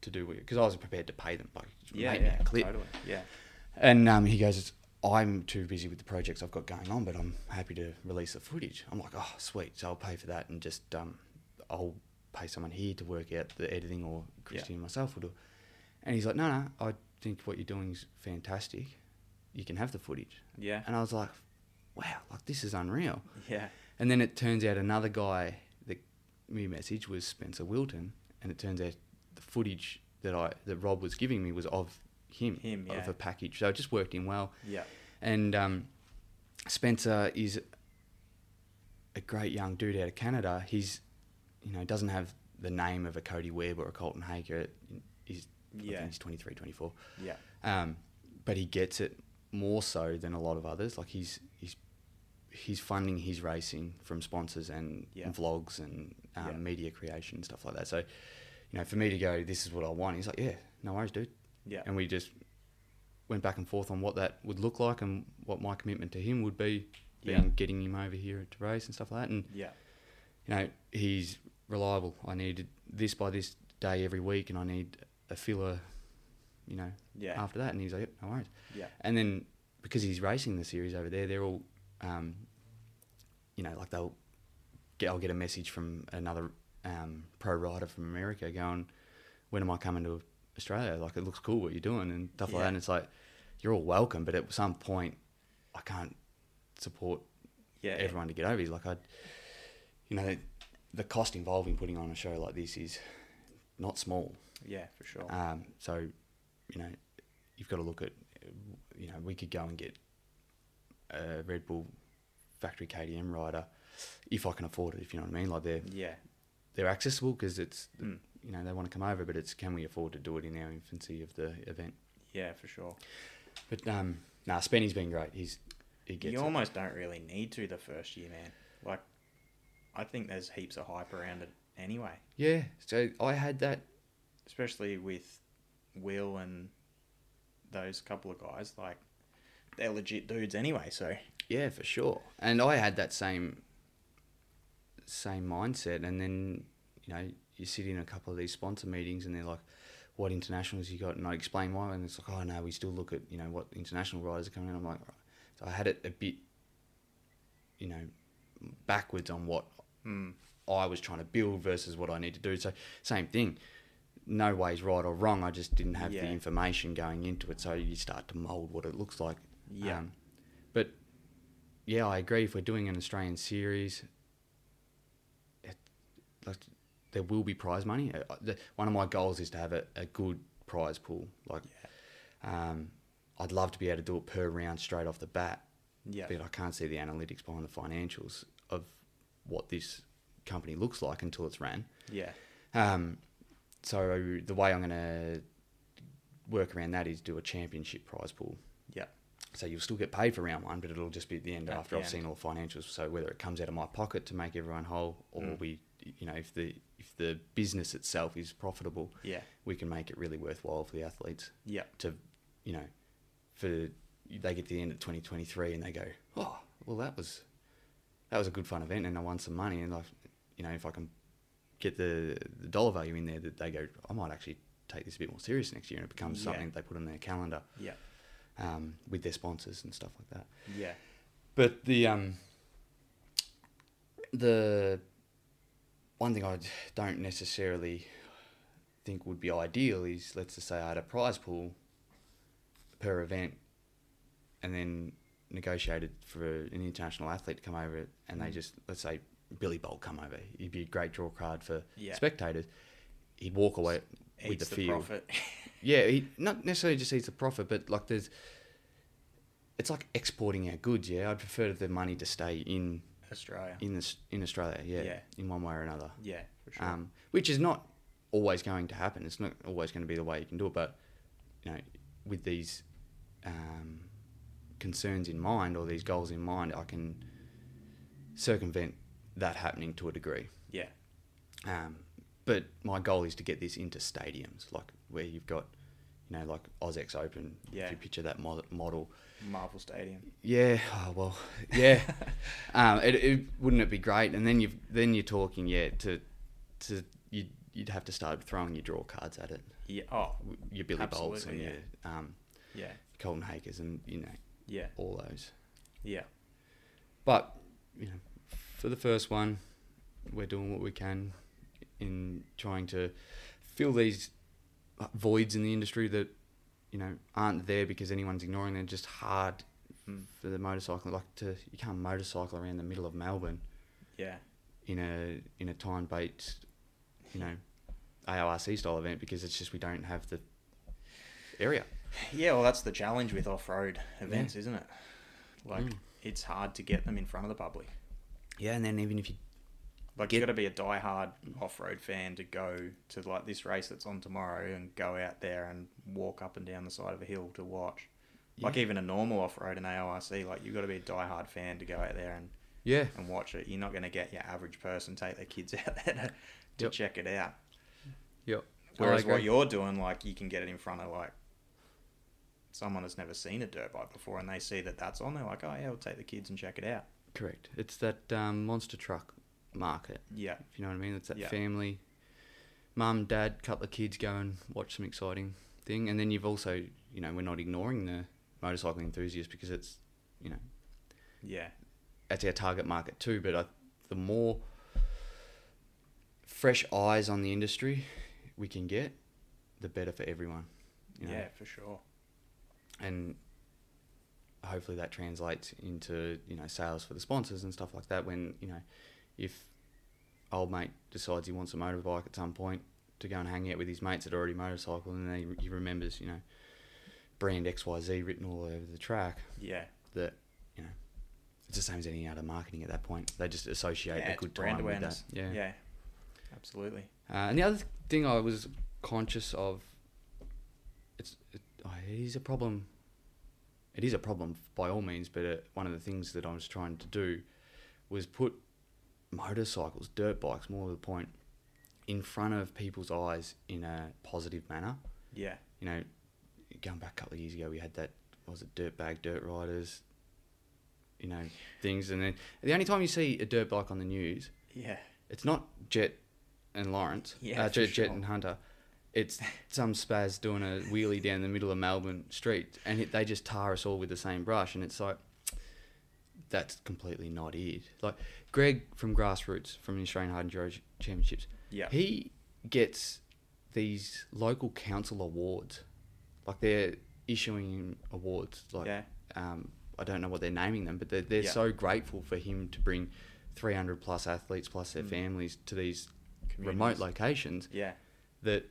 to do what," because I wasn't prepared to pay them. Like,
Yeah.
make me
Yeah.
a clip.
Totally. Yeah.
And um, he goes, "It's- "I'm too busy with the projects I've got going on, but I'm happy to release the footage." I'm like, "Oh, sweet! So I'll pay for that and just um, I'll pay someone here to work out the editing, or Christine and myself will do." it." And he's like, "No, no, I think what you're doing is fantastic. You can have the footage."
Yeah.
And I was like, "Wow! Like this is unreal."
Yeah.
And then it turns out another guy that me message was Spencer Wilton, and it turns out the footage that I that Rob was giving me was of him,
Him,
of
yeah.
a package. So it just worked in well.
Yeah.
And um, Spencer is a great young dude out of Canada. He's you know doesn't have the name of a Cody Webb or a Colton Haker. He's I
Yeah.
think he's 23, 24.
Yeah.
Um, but he gets it more so than a lot of others. Like he's he's he's funding his racing from sponsors and
Yeah.
vlogs and um,
Yeah.
media creation and stuff like that. So, you know, for me to go, this is what I want. He's like, yeah, no worries, dude.
Yeah.
And we just went back and forth on what that would look like and what my commitment to him would be been getting him over here to race and stuff like that. And
Yeah.
you know, he's reliable. I needed this by this day every week, and I need a filler, you know,
Yeah.
after that. And he's like, yep, no worries.
Yeah.
And then because he's racing the series over there, they're all, um, you know, like they'll get, I'll get a message from another um, pro rider from America going, when am I coming to Australia? Like, it looks cool what you're doing and stuff like
Yeah.
that. And it's like, you're all welcome, but at some point, I can't support
yeah.
everyone to get over. He's like, I, you know, the cost involved in putting on a show like this is not small.
Yeah, for sure.
Um, so, you know, you've got to look at, you know, we could go and get a Red Bull factory KDM rider if I can afford it. If you know what I mean, like they're
yeah.
they're accessible because it's
Mm.
you know they want to come over, but it's can we afford to do it in our infancy of the event?
Yeah, for sure.
But um, nah, Spenny's been great. He's he gets
you
it.
almost don't really need to the first year, man. Like, I think there's heaps of hype around it anyway,
yeah. So I had that
especially with Will and those couple of guys. Like, they're legit dudes anyway, so
Yeah, for sure. And I had that same same mindset and then, you know, you sit in a couple of these sponsor meetings and they're like, What internationals you got? And I explain why and it's like, Oh no, we still look at, you know, what international riders are coming in. I'm like, right. So I had it a bit you know, backwards on what
mm,
I was trying to build versus what I need to do. So same thing. No ways right or wrong. I just didn't have the
Yeah.
information going into it. So you start to mold what it looks like.
yeah,
Um, but yeah, I agree. If we're doing an Australian series, it, like there will be prize money. Uh, the- One of my goals is to have a, a good prize pool. Like, um, I'd love to be able to do it per round straight off the bat,
yeah,
but I can't see the analytics behind the financials of what this company looks like until it's ran.
yeah,
Um, so the way I'm going to work around that is do a championship prize pool.
yeah,
So you'll still get paid for round one, but it'll just be at the end
At
after
the
I've
end.
seen all the financials. So whether it comes out of my pocket to make everyone whole, or
Mm.
we, you know, if the if the business itself is profitable,
yeah,
we can make it really worthwhile for the athletes
yeah,
to, you know, for they get to the end of 2023 and they go, oh, well that was that was a good fun event and I won some money and I, you know, if I can get the, the dollar value in there, that they go, I might actually take this a bit more serious next year and it becomes
Yeah.
something that they put on their calendar
yeah,
um, with their sponsors and stuff like that.
yeah,
But the um, the one thing I don't necessarily think would be ideal is let's just say I had a prize pool per event, and then negotiated for an international athlete to come over, and they
Mm.
just let's say Billy Bolt come over, he'd be a great draw card for
Yeah.
spectators. He'd walk away with
Eats
the field.
profit.
Yeah, he not necessarily just eats the profit, but like there's, it's like exporting our goods. Yeah, I'd prefer the money to stay in
Australia.
in this in Australia. Yeah,
Yeah.
in one way or another.
Yeah, for sure.
Um, which is not always going to happen. It's not always going to be the way you can do it. But you know, with these um, concerns in mind or these goals in mind, I can circumvent that happening to a degree.
yeah,
Um, but my goal is to get this into stadiums, like where you've got, you know, like OzX Open.
Yeah.
If you picture that mod- model.
Marvel Stadium.
Yeah. Oh, well. Yeah. um, it, it wouldn't it be great? And then you have then you're talking yeah to to you you'd have to start throwing your draw cards at it,
Yeah. Oh,
W- your Billy Bolts and
Absolutely,
your
yeah.
um,
yeah,
Colton Hakers and you know
yeah,
all those.
yeah,
But you know, for the first one, we're doing what we can in trying to fill these voids in the industry that you know aren't there because anyone's ignoring them. Just hard
Mm.
for the motorcycle, like to you can't motorcycle around the middle of Melbourne
yeah,
in a in a time based, you know, ARC style event because it's just we don't have the area.
yeah. Well, that's the challenge with off-road events, isn't it? Like,
Mm.
it's hard to get them in front of the public.
Yeah, and then even if you
Like
Get-
you got to be a die-hard off-road fan to go to like this race that's on tomorrow and go out there and walk up and down the side of a hill to watch. Like
Yeah.
even a normal off-road and AORC, like you got to be a die-hard fan to go out there and,
yeah
and watch it. You're not going to get your average person take their kids out there to, to
Yep.
check it out.
yep.
Whereas what you're doing, like you can get it in front of like someone that's never seen a dirt bike before and they see that that's on, they're like, oh, yeah, we'll take the kids and check it out.
Correct. It's that um, monster truck market.
Yeah.
If you know what I mean, it's that
Yeah.
family, mum, dad, couple of kids go and watch some exciting thing, and then you've also, you know, we're not ignoring the motorcycle enthusiast because it's, you know,
Yeah.
that's our target market too. But I, the more fresh eyes on the industry we can get, the better for everyone. You know?
Yeah, for sure.
and hopefully that translates into you know sales for the sponsors and stuff like that when you know if old mate decides he wants a motorbike at some point to go and hang out with his mates that already motorcycle and then he, he remembers you know brand xyz written all over the track
Yeah.
that you know it's the same as any other marketing at that point they just associate
yeah
a
it's
good time with that
Yeah.
yeah
Absolutely.
uh, and the other th- thing I was conscious of, it's it, oh, it is a problem. It is a problem by all means, but uh, one of the things that I was trying to do was put motorcycles, dirt bikes, more to the point, in front of people's eyes in a positive manner.
Yeah.
You know, going back a couple of years ago, we had that what was it dirt bag, dirt riders, you know, things, and then the only time you see a dirt bike on the news
Yeah.
it's not Jet and Lawrence.
Yeah,
uh,
for
Jet, Jet
sure.
and Hunter. It's some spaz doing a wheelie down the middle of Melbourne street, and it, they just tar us all with the same brush, and it's like that's completely not it. Like Greg from Grassroots from the Australian Hard Enduro Ch- Championships,
Yeah.
he gets these local council awards, like they're issuing him awards, like
yeah.
um, I don't know what they're naming them, but they're, they're
Yeah.
so grateful for him to bring 300 plus athletes plus their
Mm.
families to these remote
Communities.
locations
Yeah.
that,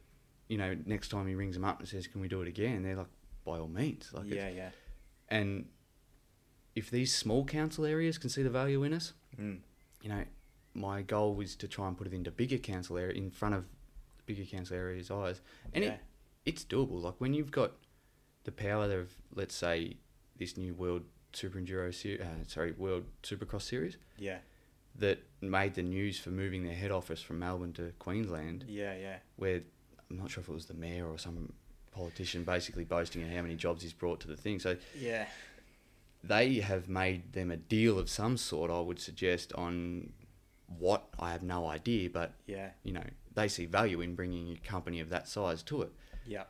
you know, next time he rings them up and says, can we do it again? They're like, by all means. Like
yeah.
it's-
Yeah.
And if these small council areas can see the value in us,
Mm.
you know, my goal is to try and put it into bigger council area in front of bigger council areas' eyes, and
Yeah.
it, it's doable. Like when you've got the power of, let's say, this new world super enduro, se- uh, sorry, world supercross series
Yeah.
that made the news for moving their head office from Melbourne to Queensland,
Yeah. Yeah.
where I'm not sure if it was the mayor or some politician basically boasting of how many jobs he's brought to the thing. So
Yeah.
they have made them a deal of some sort, I would suggest, on what I have no idea, but
Yeah.
you know they see value in bringing a company of that size to it.
Yeah.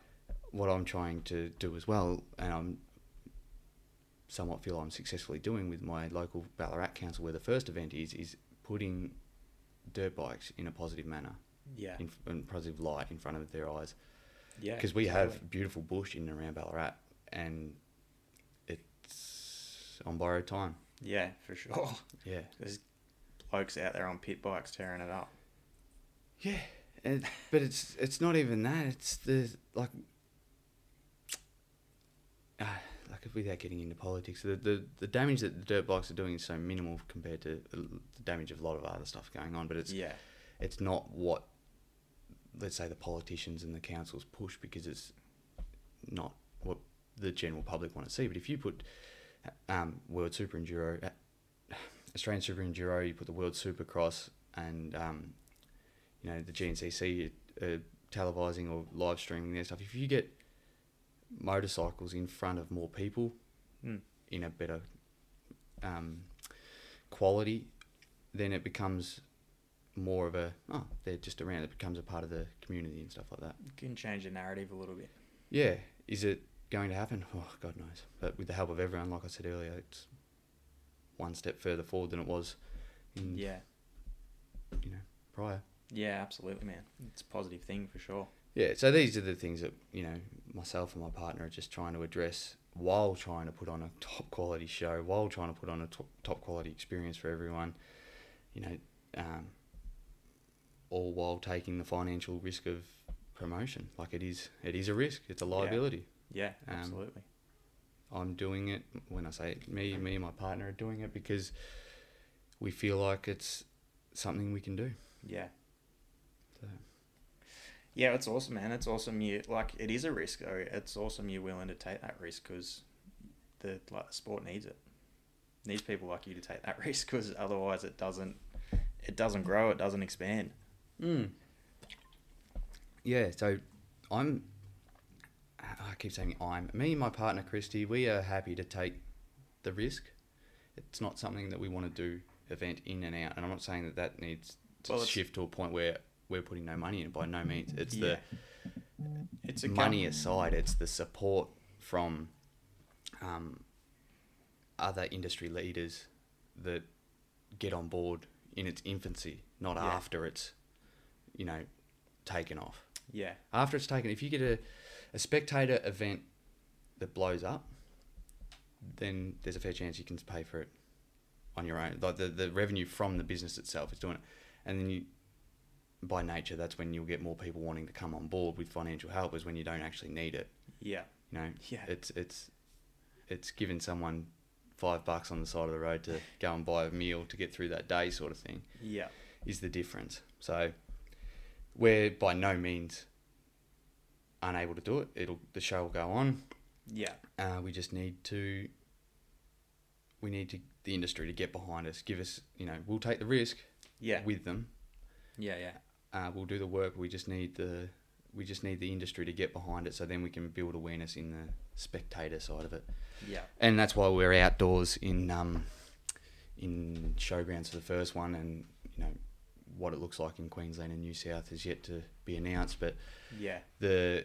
What I'm trying to do as well, and I'm somewhat feel I'm successfully doing with my local Ballarat council, where the first event is, is putting dirt bikes in a positive manner,
Yeah.
in, in positive light in front of their eyes
Yeah.
because we
totally.
have beautiful bush in and around Ballarat, and it's on borrowed time.
Yeah, for sure.
Yeah,
There's blokes out there on pit bikes tearing it up.
yeah, and, but it's it's not even that. It's the like, uh, like if without getting into politics, the, the the damage that the dirt bikes are doing is so minimal compared to the damage of a lot of other stuff going on. But it's
yeah.
it's not what let's say the politicians and the councils push because it's not what the general public want to see. But if you put um, World Super Enduro, uh, Australian Super Enduro, you put the World Supercross and um, you know the GNCC uh, televising or live streaming their stuff. If you get motorcycles in front of more people
Mm.
in a better um, quality, then it becomes more of a oh they're just around it becomes a part of the community and stuff like that
You can change the narrative a little bit.
yeah is it going to happen oh god knows but with the help of everyone like i said earlier it's one step further forward than it was in
Yeah.
you know prior
Yeah, absolutely, man. It's a positive thing for sure.
yeah so these are the things that you know myself and my partner are just trying to address while trying to put on a top quality show while trying to put on a top, top quality experience for everyone you know um, all while taking the financial risk of promotion like it is it is a risk it's a liability
Yeah,
Um,
absolutely.
I'm doing it when I say it, me, me and my partner are doing it because we feel like it's something we can do.
Yeah.
So,
Yeah, it's awesome, man. It's awesome. You like it is a risk though. It's awesome you're willing to take that risk because the like the sport needs it. Needs people like you to take that risk because otherwise it doesn't it doesn't grow. It doesn't expand.
mm. Yeah, so I'm I keep saying I'm me and my partner Christy. We are happy to take the risk. It's not something that we want to do event in and out. And I'm not saying that that needs to
Well, it's-
shift to a point where we're putting no money in. By no means, it's the
it's a
money aside, it's the support from um, other industry leaders that get on board in its infancy, not
Yeah.
after it's, you know, taken off.
yeah,
After it's taken, if you get a, a spectator event that blows up, then there's a fair chance you can pay for it on your own. Like the, the revenue from the business itself is doing it. And then you, by nature, that's when you'll get more people wanting to come on board with financial help is when you don't actually need it.
yeah,
You know,
Yeah.
it's, it's, it's giving someone five bucks on the side of the road to go and buy a meal to get through that day sort of thing
yeah.
is the difference. So we're by no means unable to do it. It'll the show will go on.
Yeah.
Uh, we just need to we need to the industry to get behind us. Give us you know we'll take the risk
Yeah.
with them.
yeah. Yeah.
Uh, we'll do the work. We just need the we just need the industry to get behind it, so then we can build awareness in the spectator side of it.
Yeah.
And that's why we're outdoors in um, in showgrounds for the first one, and you know what it looks like in Queensland and New South is yet to be announced. But
Yeah.
the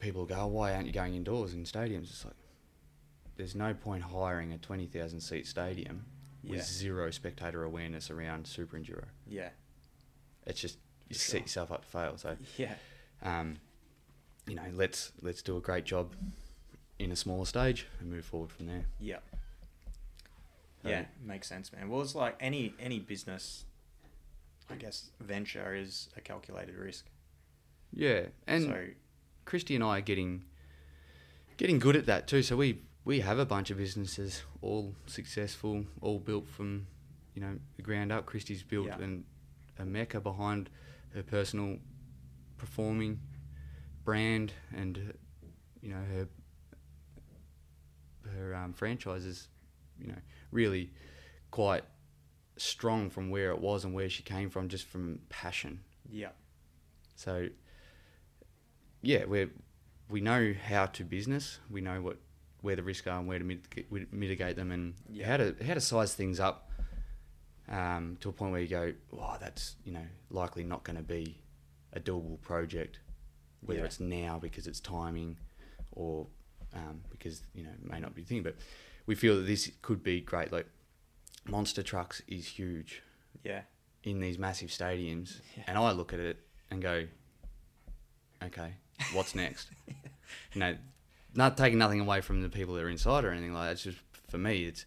people go, oh, "Why aren't you going indoors in stadiums?" It's like there's no point hiring a twenty thousand seat stadium
Yeah.
with zero spectator awareness around Super Enduro.
Yeah.
It's just you
Sure.
set yourself up to fail. So
Yeah.
um, you know, let's let's do a great job in a smaller stage and move forward from there.
Yeah.
So-
Yeah, makes sense, man. Well, it's like any any business, I guess, venture is a calculated risk.
Yeah, and
so
Christy and I are getting getting good at that too. So we we have a bunch of businesses, all successful, all built from you know the ground up. Christy's built
Yeah.
an, a mecca behind her personal performing brand and you know her her um, franchise is you know really quite strong from where it was and where she came from, just from passion.
yeah,
So, yeah, we we know how to business. We know what where the risks are and where to mitigate, mitigate them, and
Yeah.
how to how to size things up um, to a point where you go, "Oh, that's you know likely not going to be a doable project, whether
Yeah.
it's now because it's timing, or um, because you know it may not be the thing." But we feel that this could be great. Like monster trucks is huge
yeah,
in these massive stadiums,
Yeah.
and I look at it and go, okay, what's next? You know, not taking nothing away from the people that are inside or anything like that. It's just for me, it's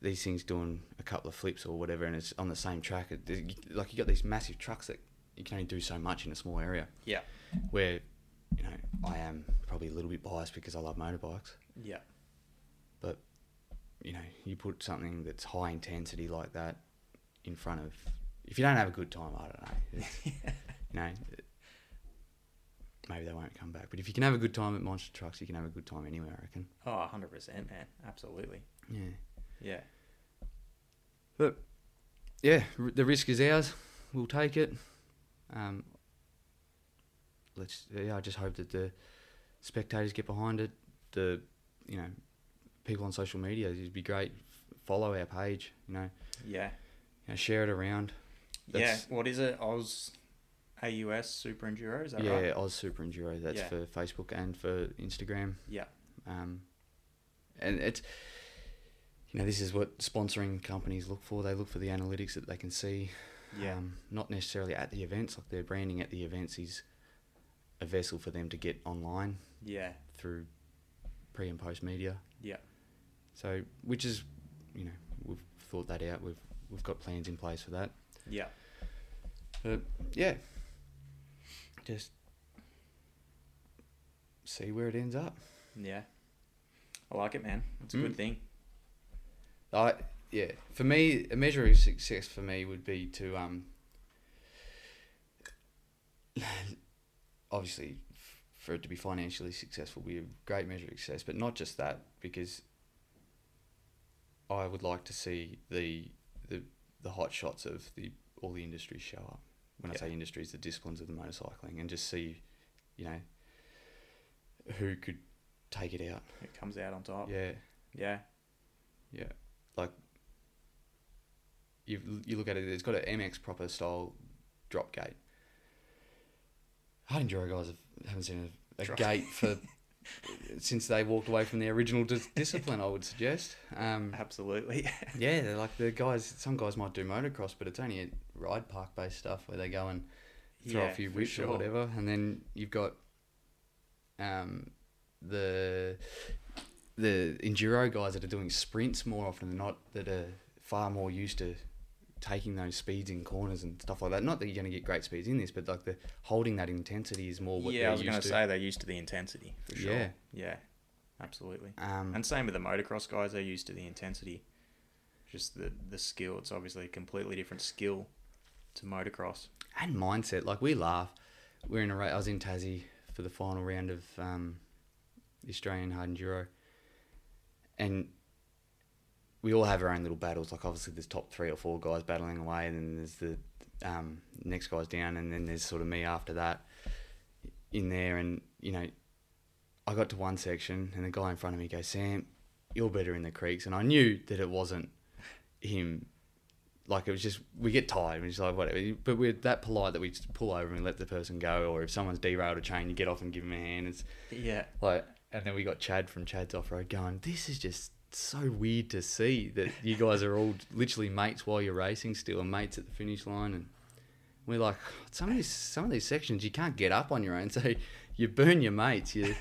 these things doing a couple of flips or whatever, and it's on the same track. It, it- like you got these massive trucks that you can only do so much in a small area.
yeah,
Where, you know, I am probably a little bit biased because I love motorbikes
yeah,
but you know you put something that's high intensity like that in front of if you don't have a good time i don't know It's- you know it- maybe they won't come back but if you can have a good time at monster trucks you can have a good time anywhere i reckon
oh, hundred percent, man, absolutely,
yeah
yeah,
but yeah r- the risk is ours we'll take it um let's yeah i just hope that the spectators get behind it the you know people on social media it'd be great F- follow our page you know
yeah,
you know, share it around. That's-
yeah. What is it? Oz, AUS Super Enduro, is that
yeah,
right?
Oz Super Enduro. That's
Yeah.
for Facebook and for Instagram.
Yeah,
Um, and it's you know this is what sponsoring companies look for. They look for the analytics that they can see.
yeah,
Um, not necessarily at the events. Like their branding at the events is a vessel for them to get online
yeah,
through pre and post media.
yeah,
So which is you know we've thought that out. We've we've got plans in place for that.
yeah,
But yeah, just see where it ends up.
yeah. I like it, man. It's a
Mm.
good thing.
I yeah, for me, a measure of success for me would be to um, obviously, f- for it to be financially successful, would be a great measure of success. But not just that, because I would like to see the the the hot shots of the all the industries show up. When
Yeah.
I say industries, the disciplines of the motorcycling, and just see, you know, who could take it out.
It comes out on top.
Yeah,
Yeah.
yeah. Like you you look at it, it's got an MX proper style drop gate. Hard enduro guys have, haven't seen a, a
Drop-
gate for since they walked away from their original dis- discipline. I would suggest. Um,
Absolutely.
Yeah, they're like the guys. Some guys might do motocross, but it's only a ride park based stuff where they go and throw
Yeah,
a few
for
whips
sure.
or whatever, and then you've got um, the the enduro guys that are doing sprints more often than not that are far more used to taking those speeds in corners and stuff like that. Not that you're going to get great speeds in this, but like the holding that intensity is more what
yeah,
they're
I was
used
going to
to.
say they're used to the intensity for sure.
Yeah.
Yeah, absolutely.
Um,
And same with the motocross guys; they're used to the intensity, just the the skill. It's obviously a completely different skill to motocross.
and mindset. Like we laugh. We're in a race. I was in Tassie for the final round of um, the Australian hard enduro, and we all have our own little battles. Like obviously, there's top three or four guys battling away, and then there's the um, next guys down, and then there's sort of me after that in there. And you know, I got to one section, and the guy in front of me goes, "Sam, you're better in the creeks," and I knew that it wasn't him like it was just we get tired and we're just like whatever but we're that polite that we just pull over and let the person go or if someone's derailed a chain you get off and give them a hand it's
Yeah,
like and then we got chad from chad's off-road going this is just so weird to see that you guys are all literally mates while you're racing still and mates at the finish line and we're like some of these some of these sections you can't get up on your own so you burn your mates you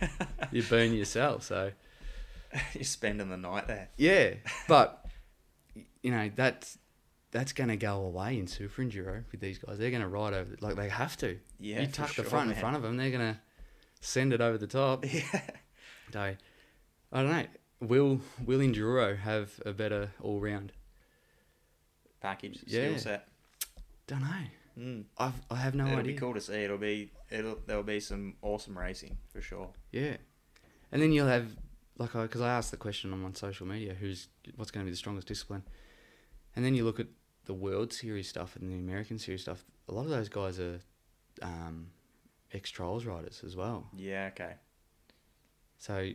you burn yourself so
you're spending the night there.
yeah, but you know that's that's going to go away in super enduro with these guys. They're going to ride over like they have to.
Yeah,
you
for
tuck
sure,
the front
man.
in front of them, they're going to send it over the top.
Yeah,
so I don't know. Will will enduro have a better all round?
package
Yeah.
skill set.
Don't know.
Mm.
I've, I have no
it'll
idea.
be cool to see. It'll be it'll there'll be some awesome racing for sure.
Yeah, and then you'll have like because I asked the question on, on social media, who's what's going to be the strongest discipline, and then you look at the World Series stuff and the American Series stuff. A lot of those guys are um, ex trials riders as well.
Yeah. Okay.
So, you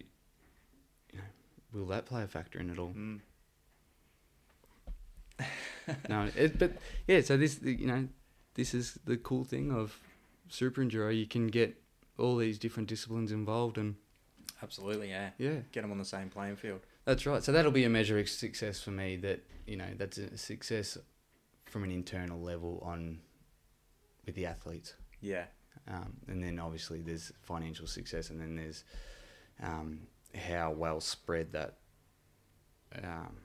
know, will that play a factor in it all?
Mm.
no, it, but yeah. So this, you know, this is the cool thing of super enduro. You can get all these different disciplines involved, and
Absolutely. Yeah.
yeah.
Get them on the same playing field.
That's right. So that'll be a measure of success for me. That you know, that's a success from an internal level on with the athletes,
Yeah.
um, and then obviously there's financial success, and then there's um, how well spread that um,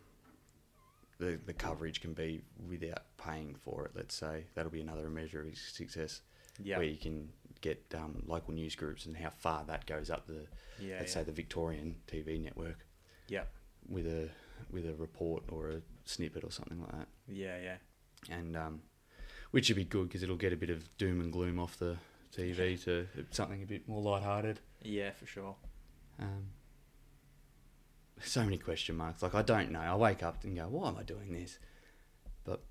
the the coverage can be without paying for it. Let's say that'll be another measure of success
Yeah.
where you can get um, local news groups and how far that goes up the
yeah.
let's
yeah.
say the Victorian TV network
yeah.
with a with a report or a snippet or something like that,
Yeah. Yeah.
and um, which would be good because it'll get a bit of doom and gloom off the TV to something a bit more lighthearted.
Yeah. For sure.
Um, so many question marks. Like I don't know. I wake up and go, why am I doing this? But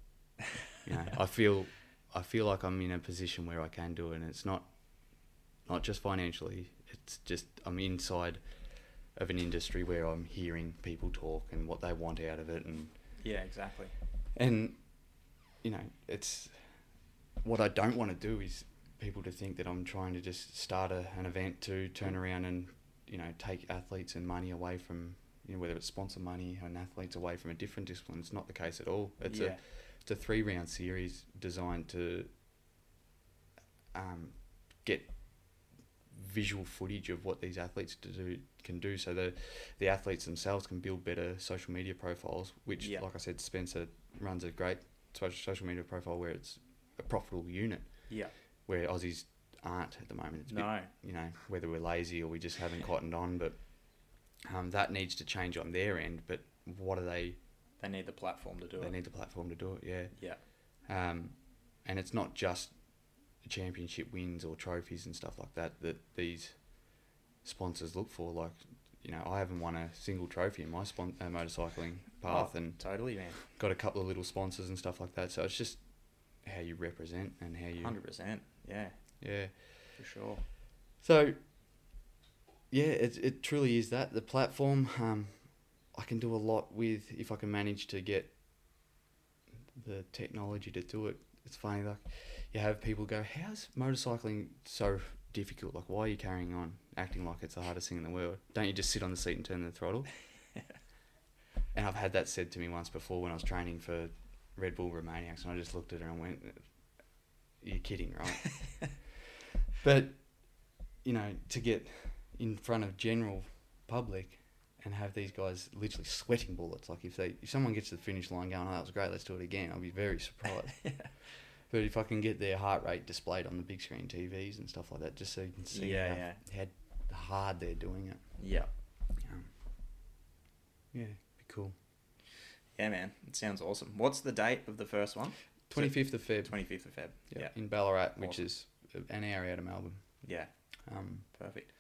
you know, I feel I feel like I'm in a position where I can do it, and it's not not just financially. It's just I'm inside of an industry where I'm hearing people talk and what they want out of it, and
Yeah. Exactly.
and you know it's what i don't want to do is people to think that i'm trying to just start a, an event to turn around and you know take athletes and money away from you know whether it's sponsor money and athletes away from a different discipline it's not the case at all it's
yeah.
a it's a three round series designed to um, get visual footage of what these athletes to do can do so the the athletes themselves can build better social media profiles which
Yeah.
like I said Spencer runs a great so- social media profile where it's a profitable unit
yeah.
where Aussies aren't at the moment it's a bit
No.
you know, whether we're lazy or we just haven't cottoned on, but um, that needs to change on their end. But what are they?
They need the platform to do
They
it.
need the platform to do it,
yeah.
yeah. Um, and it's not just championship wins or trophies and stuff like that that these sponsors look for. Like, you know, I haven't won a single trophy in my spon- uh, motorcycling path, and
Totally, man.
got a couple of little sponsors and stuff like that. So it's just how you represent and how you,
Hundred percent. Yeah.
yeah.
For sure.
So yeah, it, it truly is that. The platform, um, I can do a lot with if I can manage to get the technology to do it. It's funny, like, you have people go, How's motorcycling so difficult? Like, why are you carrying on acting like it's the hardest thing in the world? Don't you just sit on the seat and turn the throttle? and I've had that said to me once before when I was training for Red Bull Romaniacs, and I just looked at her and went, You're kidding, right? but, you know, to get in front of general public and have these guys literally sweating bullets. Like if they if someone gets to the finish line going, oh that was great, let's do it again, I'll be very surprised. But if I can get their heart rate displayed on the big screen TVs and stuff like that, just so you can see
Yeah,
how,
yeah.
how hard they're doing it.
Yeah.
Um, yeah, be cool.
Yeah, man. It sounds awesome. What's the date of the first one?
Twenty fifth of Feb,
25th of Feb.
yeah,
Yeah.
in Ballarat, which
Awesome.
is an hour out of Melbourne.
Yeah.
Um,
Perfect.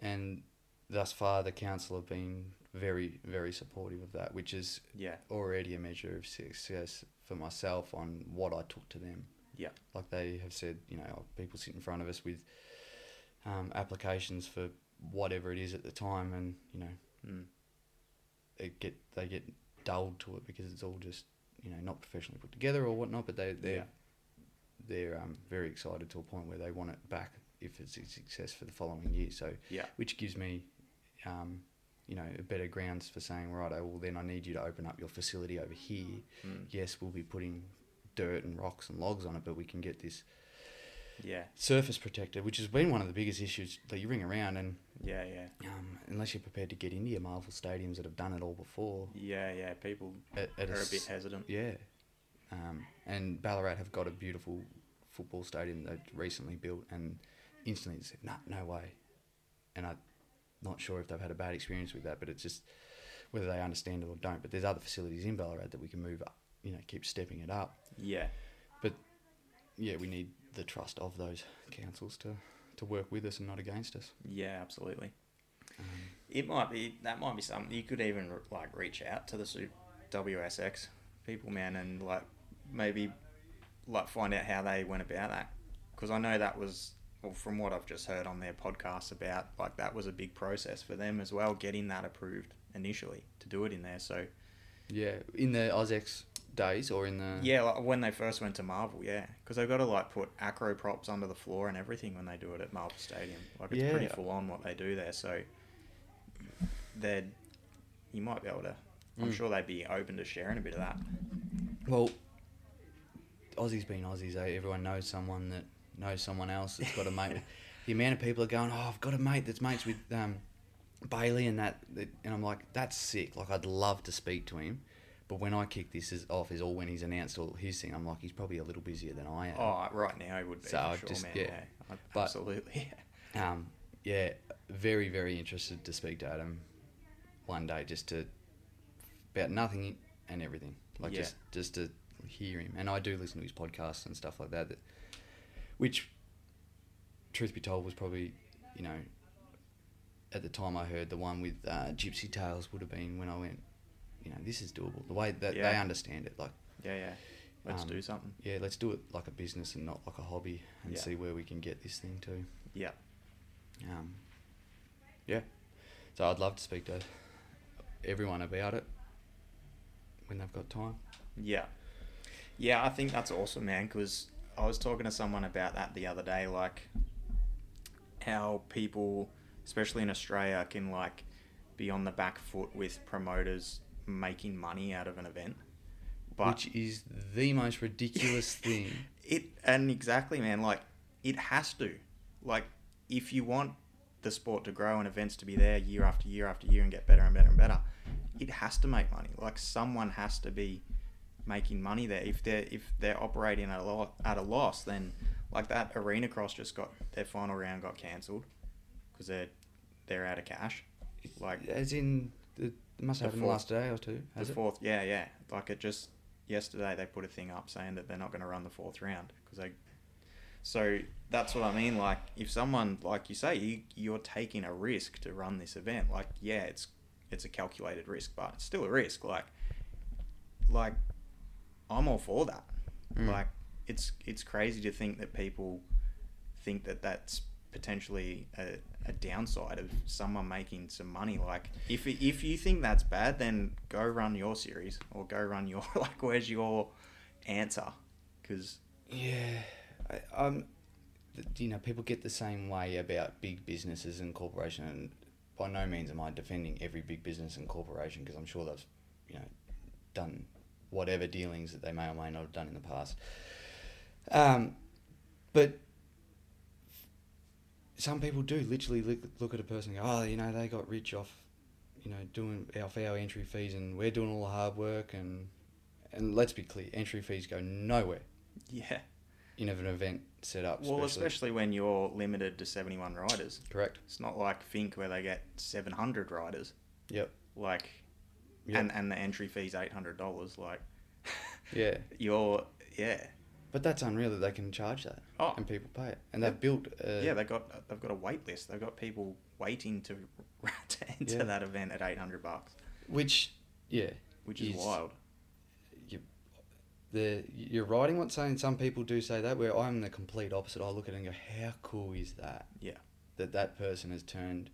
and thus far, the council have been very, very supportive of that, which is
Yeah.
already a measure of success for myself on what I took to them.
Yeah.
Like they have said, you know, oh, people sit in front of us with um, applications for whatever it is at the time, and you know,
Mm.
it get they get dulled to it because it's all just you know not professionally put together or whatnot. But they they
Yeah.
are they're um, very excited to a point where they want it back if it's a success for the following year. So
Yeah.
which gives me, um, you know, a better grounds for saying, right, oh, well, then I need you to open up your facility over here.
Mm.
Yes, we'll be putting dirt and rocks and logs on it, but we can get this
Yeah.
surface protected, which has been one of the biggest issues that you ring around. And
Yeah. Yeah.
um, unless you're prepared to get into your Marvel stadiums that have done it all before,
Yeah. Yeah. People
at,
are
at a
a bit
s-
hesitant.
yeah. Um, and Ballarat have got a beautiful football stadium they recently built, and instantly it's no, no way. And I'm not sure if they've had a bad experience with that, but it's just whether they understand it or don't. But there's other facilities in Ballarat that we can move up, you know, keep stepping it up.
Yeah.
Yeah, we need the trust of those councils to, to work with us and not against us.
Yeah. Absolutely.
Um,
It might be that might be something you could even like reach out to the su- WSX people, man, and like maybe like find out how they went about that because I know that was well, from what I've just heard on their podcast about like that was a big process for them as well getting that approved initially to do it in there. So
yeah, in the OzX days or in the
yeah, like when they first went to Marvel, yeah, because they've got to like put acro props under the floor and everything when they do it at Marvel Stadium. Like it's pretty
Yeah.
full on what they do there. So they you might be able to. I'm
Mm.
sure they'd be open to sharing a bit of that.
Well, Aussie's been Aussies, eh? Everyone knows someone that knows someone else that's got a mate. with- the amount of people are going, oh, I've got a mate that's mates with um, Bailey and that, that, and I'm like, that's sick. Like, I'd love to speak to him, but when I kick this is off, is all when he's announced all his thing. I'm like, he's probably a little busier than I am.
Oh, right now it would be
So
for
I'd
sure,
just-
man. Yeah,
yeah.
I-
But-
absolutely.
Um, yeah, very, very interested to speak to Adam one day just to about nothing and everything. Like
Yeah.
just just to hear him. And I do listen to his podcasts and stuff like that, that which truth be told was probably, you know, at the time I heard the one with uh, Gypsy Tales would have been when I went, you know, this is doable. The way that they
Yeah.
understand it, like
Yeah, yeah. Let's
Um,
do something.
yeah, let's do it like a business and not like a hobby and
Yeah.
see where we can get this thing to.
Yeah,
Um, yeah. So I'd love to speak to everyone about it when they've got time.
yeah, yeah. I think that's awesome, man. Because I was talking to someone about that the other day, like how people, especially in Australia, can like be on the back foot with promoters making money out of an event. But
Which is the most ridiculous thing.
it and exactly, man, like it has to. Like if you want the sport to grow and events to be there year after year after year and get better and better and better, it has to make money. Like someone has to be making money there. If they're if they're operating at a loss, at a loss, then like that arena cross just got their final round got cancelled because they're they're out of cash. Like
As in, it must
The
happen the
fourth-
last day or two.
the
Has it?
fourth, yeah, yeah. Like it just yesterday they put a thing up saying that they're not going to run the fourth round because they. So that's what I mean. Like if someone, like you say, you you're taking a risk to run this event. Like yeah, it's it's a calculated risk, but it's still a risk. Like like I'm all for that.
Mm.
Like it's it's crazy to think that people think that that's potentially a, a downside of someone making some money. Like, if if you think that's bad, then go run your series or go run your like. Where's your answer? Because
Yeah, I, um, th- you know, people get the same way about big businesses and corporation, and by no means am I defending every big business and corporation because I'm sure they've, you know, done whatever dealings that they may or may not have done in the past. Um, but some people do literally look, look at a person and go, oh, you know, they got rich off, you know, doing off our entry fees, and we're doing all the hard work, and and let's be clear, entry fees go nowhere
yeah,
in of an event set up.
well, especially when you're limited to seventy one riders.
correct.
It's not like Fink where they get seven hundred riders.
Yep.
Like,
Yep.
and and the entry fee's eight hundred dollars. Like,
Yeah,
you're yeah
but that's unreal that they can charge that
oh
and people pay it, and they've built. uh, A,
yeah they got they've got a wait list. They've got people waiting to to enter
Yeah.
that event at eight hundred bucks,
which yeah,
which is
Yes.
wild.
the you're right in what's saying. Some people do say that. Where I'm the complete opposite. I look at it and go, how cool is that?
Yeah.
that that person has turned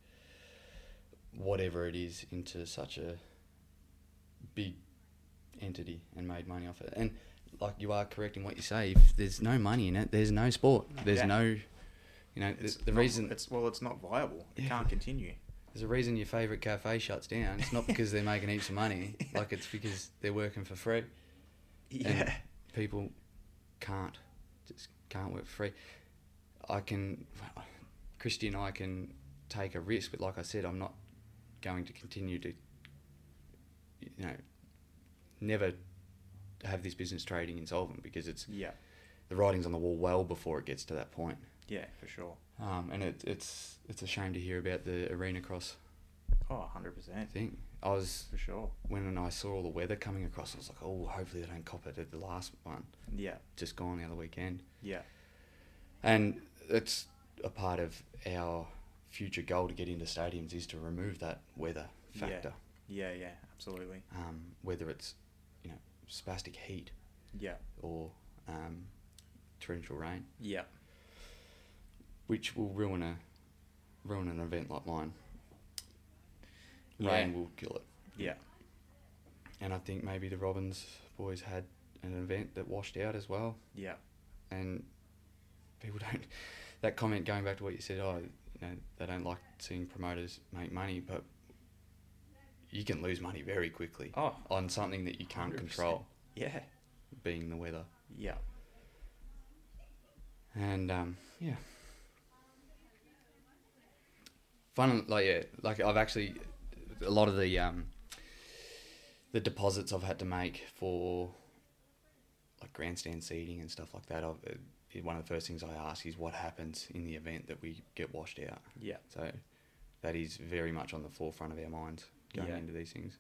whatever it is into such a big entity and made money off it. And like you are correct in what you say. If there's no money in it, there's no sport. There's
Yeah.
no, you know, the,
It's
the
not-
reason
it's well, it's not viable. It
Yeah.
can't continue.
There's a reason your favourite cafe shuts down. It's not because they're making heaps of money. Like it's because they're working for free.
Yeah,
People can't just can't work for free. I can, Christy and I can take a risk, but like I said, I'm not going to continue to, you know, never have this business trading insolvent because it's
yeah,
the writing's on the wall well before it gets to that point.
yeah, for sure.
Um, and it, it's it's a shame to hear about the arena cross
Oh, 100 percent
thing. I was
for sure.
when I saw all the weather coming across, I was like, oh, hopefully they don't cop it at the last one,
Yeah,
just gone the other weekend.
yeah,
And it's a part of our future goal to get into stadiums is to remove that weather
Yeah.
factor,
yeah, yeah. Absolutely.
um, whether it's, you know, spastic heat
Yeah,
or um, torrential rain,
yeah,
which will ruin a ruin an event like mine. Rain
Yeah.
will kill it.
yeah,
And I think maybe the Robbins boys had an event that washed out as well.
yeah,
and people don't that comment going back to what you said oh you know they don't like seeing promoters make money but you can lose money very quickly
Oh.
on something that you can't
100%.
control
yeah,
being the weather
yeah.
and um, yeah fun like yeah like i've actually a lot of the um the deposits i've had to make for like grandstand seating and stuff like that I've, uh, one of the first things i ask is what happens in the event that we get washed out
Yeah.
so that is very much on the forefront of our minds going
Yeah.
into these things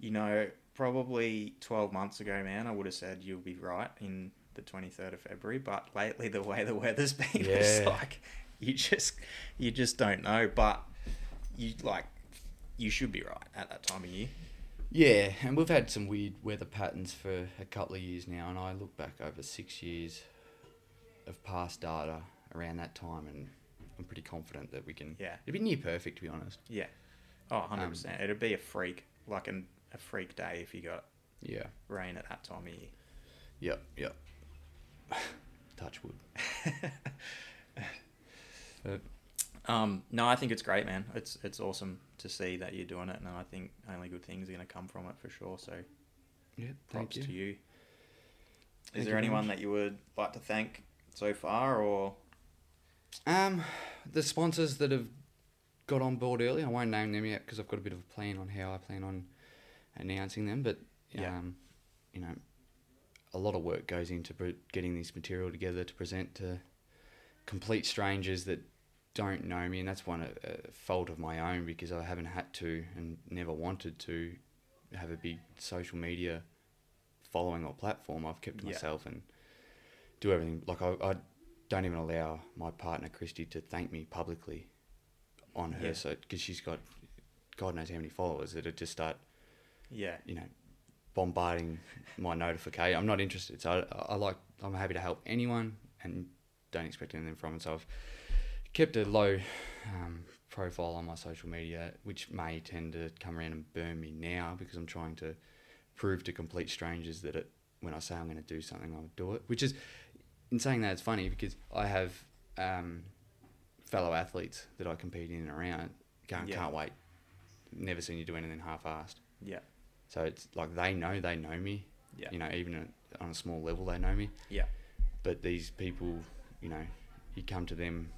You know, probably 12 months ago, man, I would have said you'll be right in the 23rd of February, but lately the way the weather's been, it's
Yeah.
like you just you just don't know, but you like you should be right at that time of year.
Yeah, and we've had some weird weather patterns for a couple of years now, and I look back over six years of past data around that time, and I'm pretty confident that we can.
Yeah.
It'd be near perfect, to be honest.
Yeah. Oh, 100%. It'd be a freak like an, a freak day if you got
Yeah.
rain at that time of year.
Yep. Yep. Touch wood. but,
Um, no, I think it's great, man. It's it's awesome to see that you're doing it, and I think only good things are going to come from it for sure. So
yeah. Thank
props
you.
to you. Is
Thank
there
you very
anyone
much.
that you would like to thank so far, or
Um, the sponsors that have got on board early, I won't name them yet because I've got a bit of a plan on how I plan on announcing them. But
Yeah.
um, you know, a lot of work goes into pre- getting this material together to present to complete strangers that don't know me, and that's one a, a fault of my own because I haven't had to and never wanted to have a big social media following or platform. I've kept to
Yeah.
myself and do everything. Like I, I don't even allow my partner Christy to thank me publicly on her,
Yeah.
so because she's got God knows how many followers that would just start
yeah,
you know, bombarding my notification. I'm not interested. So I, I like, I'm happy to help anyone and don't expect anything from it. So I've kept a low um, profile on my social media, which may tend to come around and burn me now because I'm trying to prove to complete strangers that it, when I say I'm going to do something, I'll do it. Which is, in saying that, it's funny because I have um, fellow athletes that I compete in and around going,
Yeah.
can't wait. Never seen you do anything half-assed.
Yeah.
So it's like they know they know me.
Yeah.
You know, even at, on a small level, they know me.
Yeah.
But these people, you know, you come to them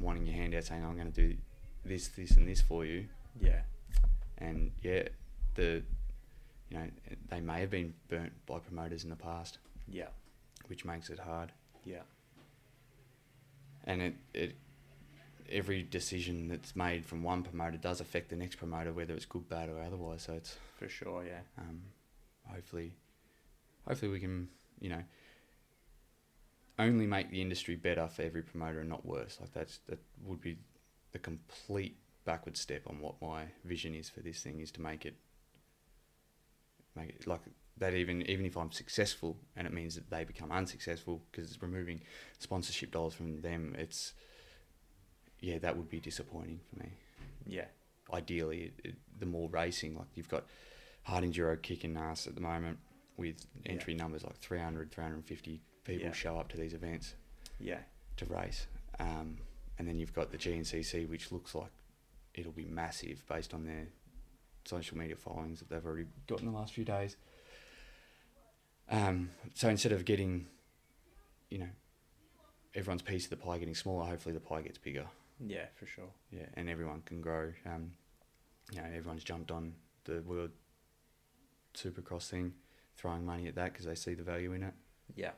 wanting your hand out, saying, "I'm going to do this, this, and this for you,"
Yeah.
and yeah, the, you know, they may have been burnt by promoters in the past,
Yeah.
which makes it hard.
Yeah.
And it it every decision that's made from one promoter does affect the next promoter, whether it's good, bad, or otherwise. So it's
For sure. Yeah.
um, hopefully hopefully we can you know only make the industry better for every promoter and not worse like that's that would be the complete backward step on what my vision is for this thing is to make it make it like that even even if I'm successful and it means that they become unsuccessful because it's removing sponsorship dollars from them it's yeah that would be disappointing for me
Yeah.
ideally it, the more racing like you've got hard enduro kicking ass at the moment with
Yeah.
entry numbers like 300 350 people
Yeah.
show up to these events
Yeah.
to race um, and then you've got the GNCC which looks like it'll be massive based on their social media followings that they've already got in the last few days um, so instead of getting you know everyone's piece of the pie getting smaller hopefully the pie gets bigger
Yeah. For sure.
yeah, and everyone can grow. Um, you know, everyone's jumped on the world supercross thing, throwing money at that because they see the value in it.
Yeah.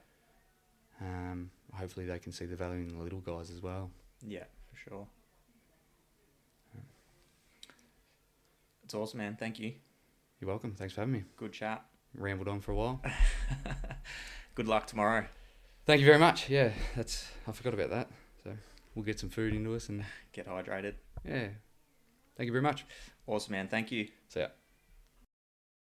Um, hopefully, they can see the value in the little guys as well.
Yeah. For sure. It's awesome, man. Thank you.
You're welcome. Thanks for having me.
Good chat.
Rambled on for a while.
Good luck tomorrow.
Thank you very much. Yeah, that's I forgot about that. So we'll get some food into us and
Get hydrated.
yeah. Thank you very much.
Awesome, man. Thank you.
See ya.